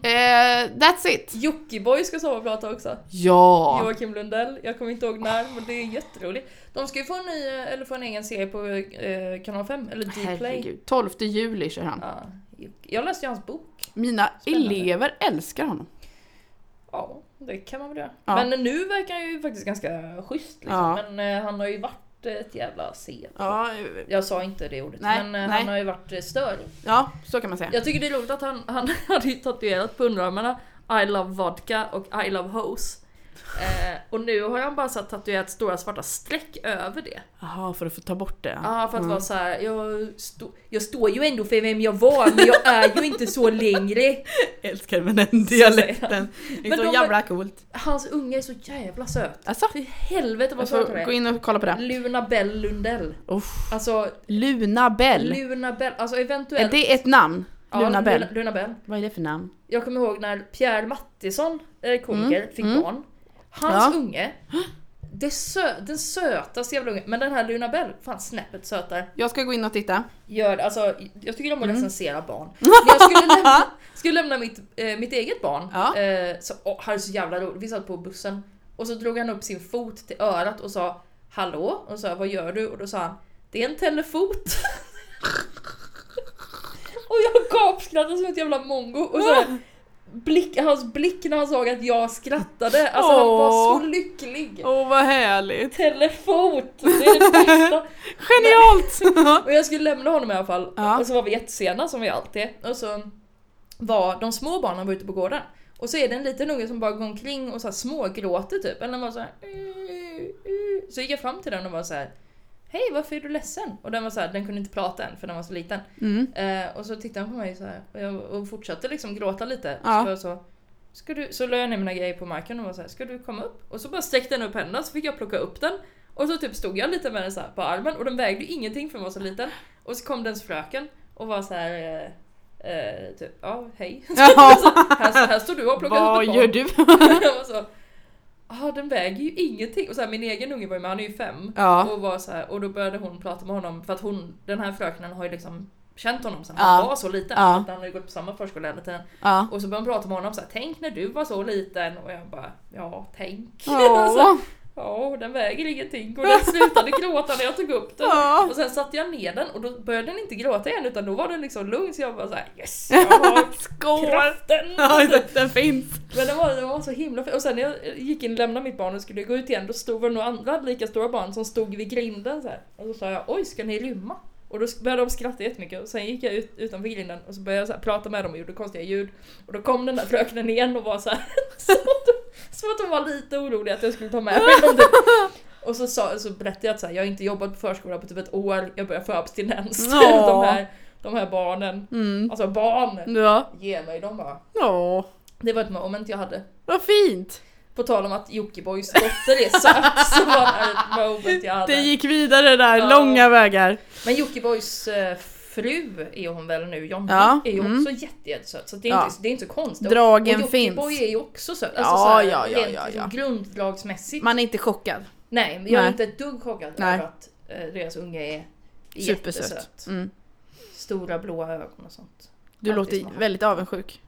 B: Eh, that's it.
A: Jockiboi ska sommarprata också.
B: Ja!
A: Joakim Lundell, jag kommer inte ihåg när men det är jätteroligt. De ska ju få en ny, eh, eller få en egen serie på eh, kanal 5, eller Dplay.
B: Herregud, 12 juli kör han.
A: Ja, jag läste ju hans bok.
B: Mina
A: Spännande.
B: elever älskar honom.
A: Ja, det kan man väl göra.
B: Ja.
A: Men nu verkar han ju faktiskt ganska schysst liksom.
B: Ja.
A: Men eh, han har ju varit ett jävla C.
B: Ja,
A: Jag sa inte det ordet,
B: Nej,
A: men eh,
B: nej.
A: han har ju varit eh, störig.
B: ja så kan man säga.
A: Jag tycker det är roligt att han, han hade ju tatuerat på underarmarna I love vodka och I love hose. Eh, och nu har han bara så här tatuerat stora svarta streck över det.
B: Jaha, för att få ta bort det.
A: Ja, för att vara så här, jag, stå, jag står ju ändå för vem jag var men jag är ju inte så längre.
B: älskar med den
A: dialekten.
B: Det
A: är så jävla
B: coolt.
A: Hans unge är så jävla söt.
B: Alltså,
A: Fy helvete vad
B: jag
A: söt han
B: får Alltså, gå
A: är.
B: in och kolla på det.
A: Luna Bell Lundell.
B: Uff.
A: Alltså
B: Luna Bell.
A: Luna Bell, alltså
B: Är
A: eventuellt...
B: det ett namn?
A: Ja,
B: Luna Bell.
A: Luna, Luna Bell.
B: Vad är det för namn?
A: Jag kommer ihåg när Pierre Mattisson, eh, komiker, fick barn. Hans
B: Ja.
A: unge, det sö den sötaste jävla ungen, men den här Luna Bell, fan snäppet sötare.
B: Jag ska gå in och titta.
A: Gör, alltså, jag tycker
B: Mm.
A: om att recensera barn. Men jag skulle lämna, skulle lämna mitt, eh, mitt eget barn,
B: Ja.
A: eh, så, och, hade så jävla roligt, vi satt på bussen och så drog han upp sin fot till örat och sa Hallå? Och sa vad gör du? Och då sa han Det är en telefot. och jag gapskrattade som ett jävla mongo och så blick, hans blick när han såg att jag skrattade, alltså han var
B: Åh.
A: så lycklig.
B: Åh, vad härligt.
A: Telefot! Det är det bästa.
B: Genialt!
A: Och jag skulle lämna honom i alla fall.
B: Ja.
A: Och så var vi jättesena som vi alltid är. Och så var de små barnen var ute på gården. Och så är det en liten unge som bara går omkring och så här smågråter typ. Eller den var så här. "Uh, uh." Så gick jag fram till den och var så här. Hej varför är du ledsen? Och den var så här, den kunde inte prata än för den var så liten.
B: Mm.
A: Eh, och så tittade han på mig så här och, jag, och fortsatte liksom gråta lite.
B: Ja.
A: Så, var jag så, ska du, så la jag ner mina grejer på marken och var så här, ska du komma upp? Och så bara sträckte den upp händerna så fick jag plocka upp den. Och så typ stod jag lite med den så här på armen och den vägde ju ingenting för den var så liten. Och så kom dens fröken och var så här. Eh, eh, typ, ja hej. så, här, här står du och plockar upp
B: Vad
A: ett barn.
B: gör du?
A: jag var så, ah, den väger ju ingenting. Och så här, min egen unge var ju med, han är ju fem.
B: Ja.
A: Och, var så här, och då började hon prata med honom för att hon, den här fröknen har ju liksom känt honom sen
B: Ja.
A: han var så liten.
B: Ja.
A: så att Han har ju gått på samma förskola hela tiden.
B: ja.
A: Och så började hon prata med honom så här, tänk när du var så liten. Och jag bara, ja tänk.
B: Alltså,
A: Alltså,
B: Åh.
A: Ja, den väger ingenting och den slutade gråta när jag tog upp den.
B: Ja.
A: Och sen satte jag ner den och då började den inte gråta igen utan då var den liksom lugn så jag bara såhär yes, jag har
B: Skål!
A: kraften!
B: Ja, det- den finns.
A: Men det var, det var så himla fint. Och sen när jag gick in och lämnade mitt barn och skulle gå ut igen då stod det några andra lika stora barn som stod vid grinden så här. Och så sa jag oj ska ni rymma? Och då började de skratta jättemycket och sen gick jag ut utanför grinden och så började jag så här, prata med dem och gjorde konstiga ljud. Och då kom den där fröknen igen och var så här som att- som att hon var lite orolig att jag skulle ta med mig någonting. Och så, sa, så berättade jag att så här, jag har inte jobbat på förskola på typ ett år, jag börjar få abstinens till
B: Ja.
A: de här, de här barnen.
B: Mm.
A: Alltså barnen!
B: Ja.
A: Ge mig dem bara.
B: Åh,
A: Det var ett moment jag hade.
B: vad fint!
A: På tal om att Jockibois dotter är söt så var det ett moment jag
B: Det
A: hade.
B: gick vidare där,
A: Ja.
B: långa vägar.
A: Men Jockibois eh, fru är hon väl nu, Jonna,
B: Ja,
A: är ju
B: mm.
A: också jätte, jättesöt. Så det är,
B: Ja.
A: inte, det är inte så konstigt.
B: Dragen
A: och
B: finns.
A: Jockiboi är ju också söt.
B: Ja,
A: Alltså såhär,
B: ja, ja,
A: rent
B: ja,
A: liksom
B: ja.
A: grundlagsmässigt.
B: Man är inte chockad.
A: Nej, men jag är
B: Nej.
A: inte ett dugg chockad
B: Nej.
A: över att eh, deras unge är
B: Supersöt.
A: jättesöt.
B: Mm.
A: Stora blåa ögon och sånt.
B: Du
A: Alltid
B: låter
A: smart.
B: väldigt avundsjuk.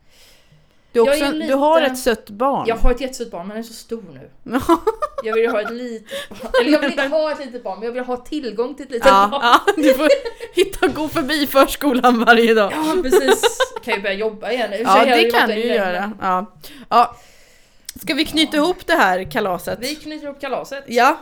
B: Du, är
A: Jag
B: också,
A: är
B: du
A: lite-
B: har ett sött barn.
A: Jag har ett jättesött barn men den är så stor nu.
B: ja,
A: Jag vill ju ha ett litet barn. Eller jag vill inte ha ett litet barn men jag vill ha tillgång till ett litet barn.
B: ja, du får hitta gå förbi förskolan varje dag.
A: Ja precis, kan ju börja jobba igen. I och för sig
B: Ja,
A: hade
B: det
A: varit
B: kan
A: en
B: du
A: grej,
B: göra. Ja. Ja. Ska vi knyta ihop det här kalaset?
A: men Vi knyter upp kalaset.
B: Ja.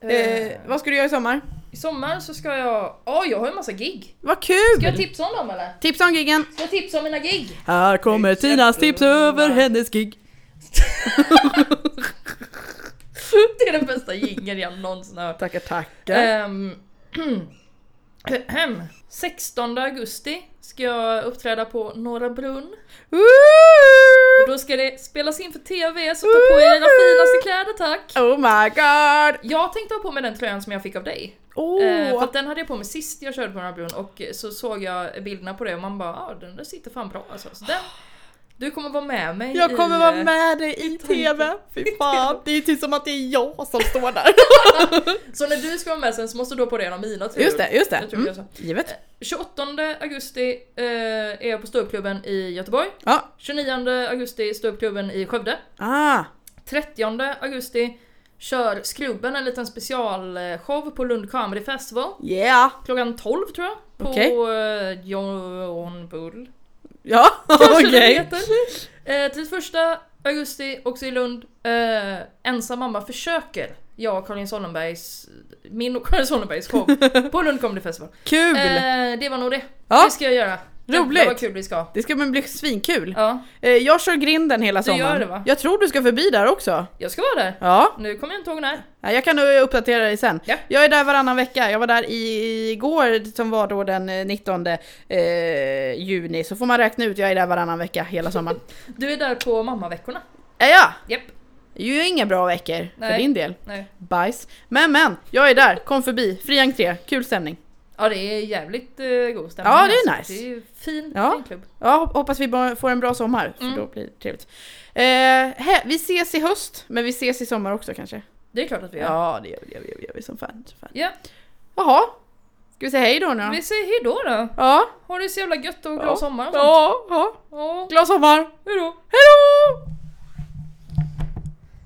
B: Eh,
A: Eh,
B: vad ska du göra i sommar?
A: I sommar så ska jag... Ja, jag har ju massa gig.
B: Vad kul!
A: Ska jag tipsa om dem eller?
B: Tipsa om giggen.
A: Ska jag tipsa om mina gig?
B: Här kommer
A: Tinas tips över
B: hennes gig.
A: Det är den bästa jingeln jag någonsin har hört.
B: Tackar, tackar.
A: Ehm, 16 augusti ska jag uppträda på Norra Brunn.
B: Woo!
A: Och då ska det spelas in för TV, så ta på er era finaste kläder tack!
B: Oh my god!
A: Jag tänkte ha på mig den tröjan som jag fick av dig.
B: Oh.
A: Eh, för att den hade jag på mig sist jag körde på Norra Brunn och så såg jag bilderna på det och man bara ah, den där sitter fan bra alltså. Så den, du kommer vara med mig
B: jag kommer
A: i,
B: vara
A: eh,
B: med dig i TV. Fy fan, det är typ som att det är jag som står där.
A: Så när du ska vara med sen så måste du ha på dig en av mina typ. tröjor.
B: Just det, just det.
A: Jag tror jag
B: Mm.
A: sa.
B: Givet.
A: 28 augusti eh, är jag på ståuppklubben i Göteborg.
B: Ja.
A: 29 augusti ståuppklubben i Skövde.
B: Ah.
A: 30 augusti kör Skrubben en liten specialshow på Lund Comedy Festival.
B: Yeah.
A: Klockan 12 tror jag. På
B: Okej.
A: eh, John Bull.
B: Ja,
A: Kanske det
B: okej.
A: heter. Eh, 31 augusti, också i Lund. Eh, ensam mamma försöker. Jag och Karin Sonnenbergs, min och Karin Sonnenbergs show på Lund Comedy Festival.
B: Kul!
A: Eh, det var nog det.
B: Ja.
A: Det ska jag göra. Det
B: Roligt.
A: var kul vi ska.
B: Det ska bli svinkul.
A: Ja.
B: Eh, Jag kör grinden hela
A: Du gör
B: sommaren.
A: det, va?
B: Jag tror du ska förbi där också.
A: Jag ska vara där.
B: Ja,
A: Nu kommer jag inte ihåg när.
B: Ja, jag kan nog uppdatera dig sen.
A: Ja.
B: Jag är där varannan vecka. Jag var där i- igår som var då den eh, 19 eh, juni. Så får man räkna ut, jag är där varannan vecka hela sommaren.
A: Du är där på mammaveckorna.
B: är jag?
A: Japp.
B: Det är ju inga bra veckor för
A: Nej.
B: din del.
A: Nej.
B: Bajs. Men men, jag är där. Kom förbi. Fri entré. Kul stämning.
A: Ja det är jävligt eh, god stämning.
B: Ja, det är
A: alltså.
B: nice.
A: Det är ju fin,
B: Ja.
A: fin klubb.
B: Ja, hop- hoppas vi bara får en bra sommar. För
A: Mm.
B: då blir det trevligt. Eh, he, vi ses i höst, men vi ses i sommar också kanske.
A: Det är klart att vi gör.
B: Ja, det gör vi, det gör vi, det gör vi som fan. Som fan.
A: Ja.
B: Jaha, ska vi säga hej då nu?
A: Vi säger hejdå då.
B: Ja,
A: Ha det så jävla gött och glad
B: Ja.
A: sommar och sånt.
B: ja, ja.
A: Ja.
B: Glad sommar!
A: Hejdå.
B: Hej då!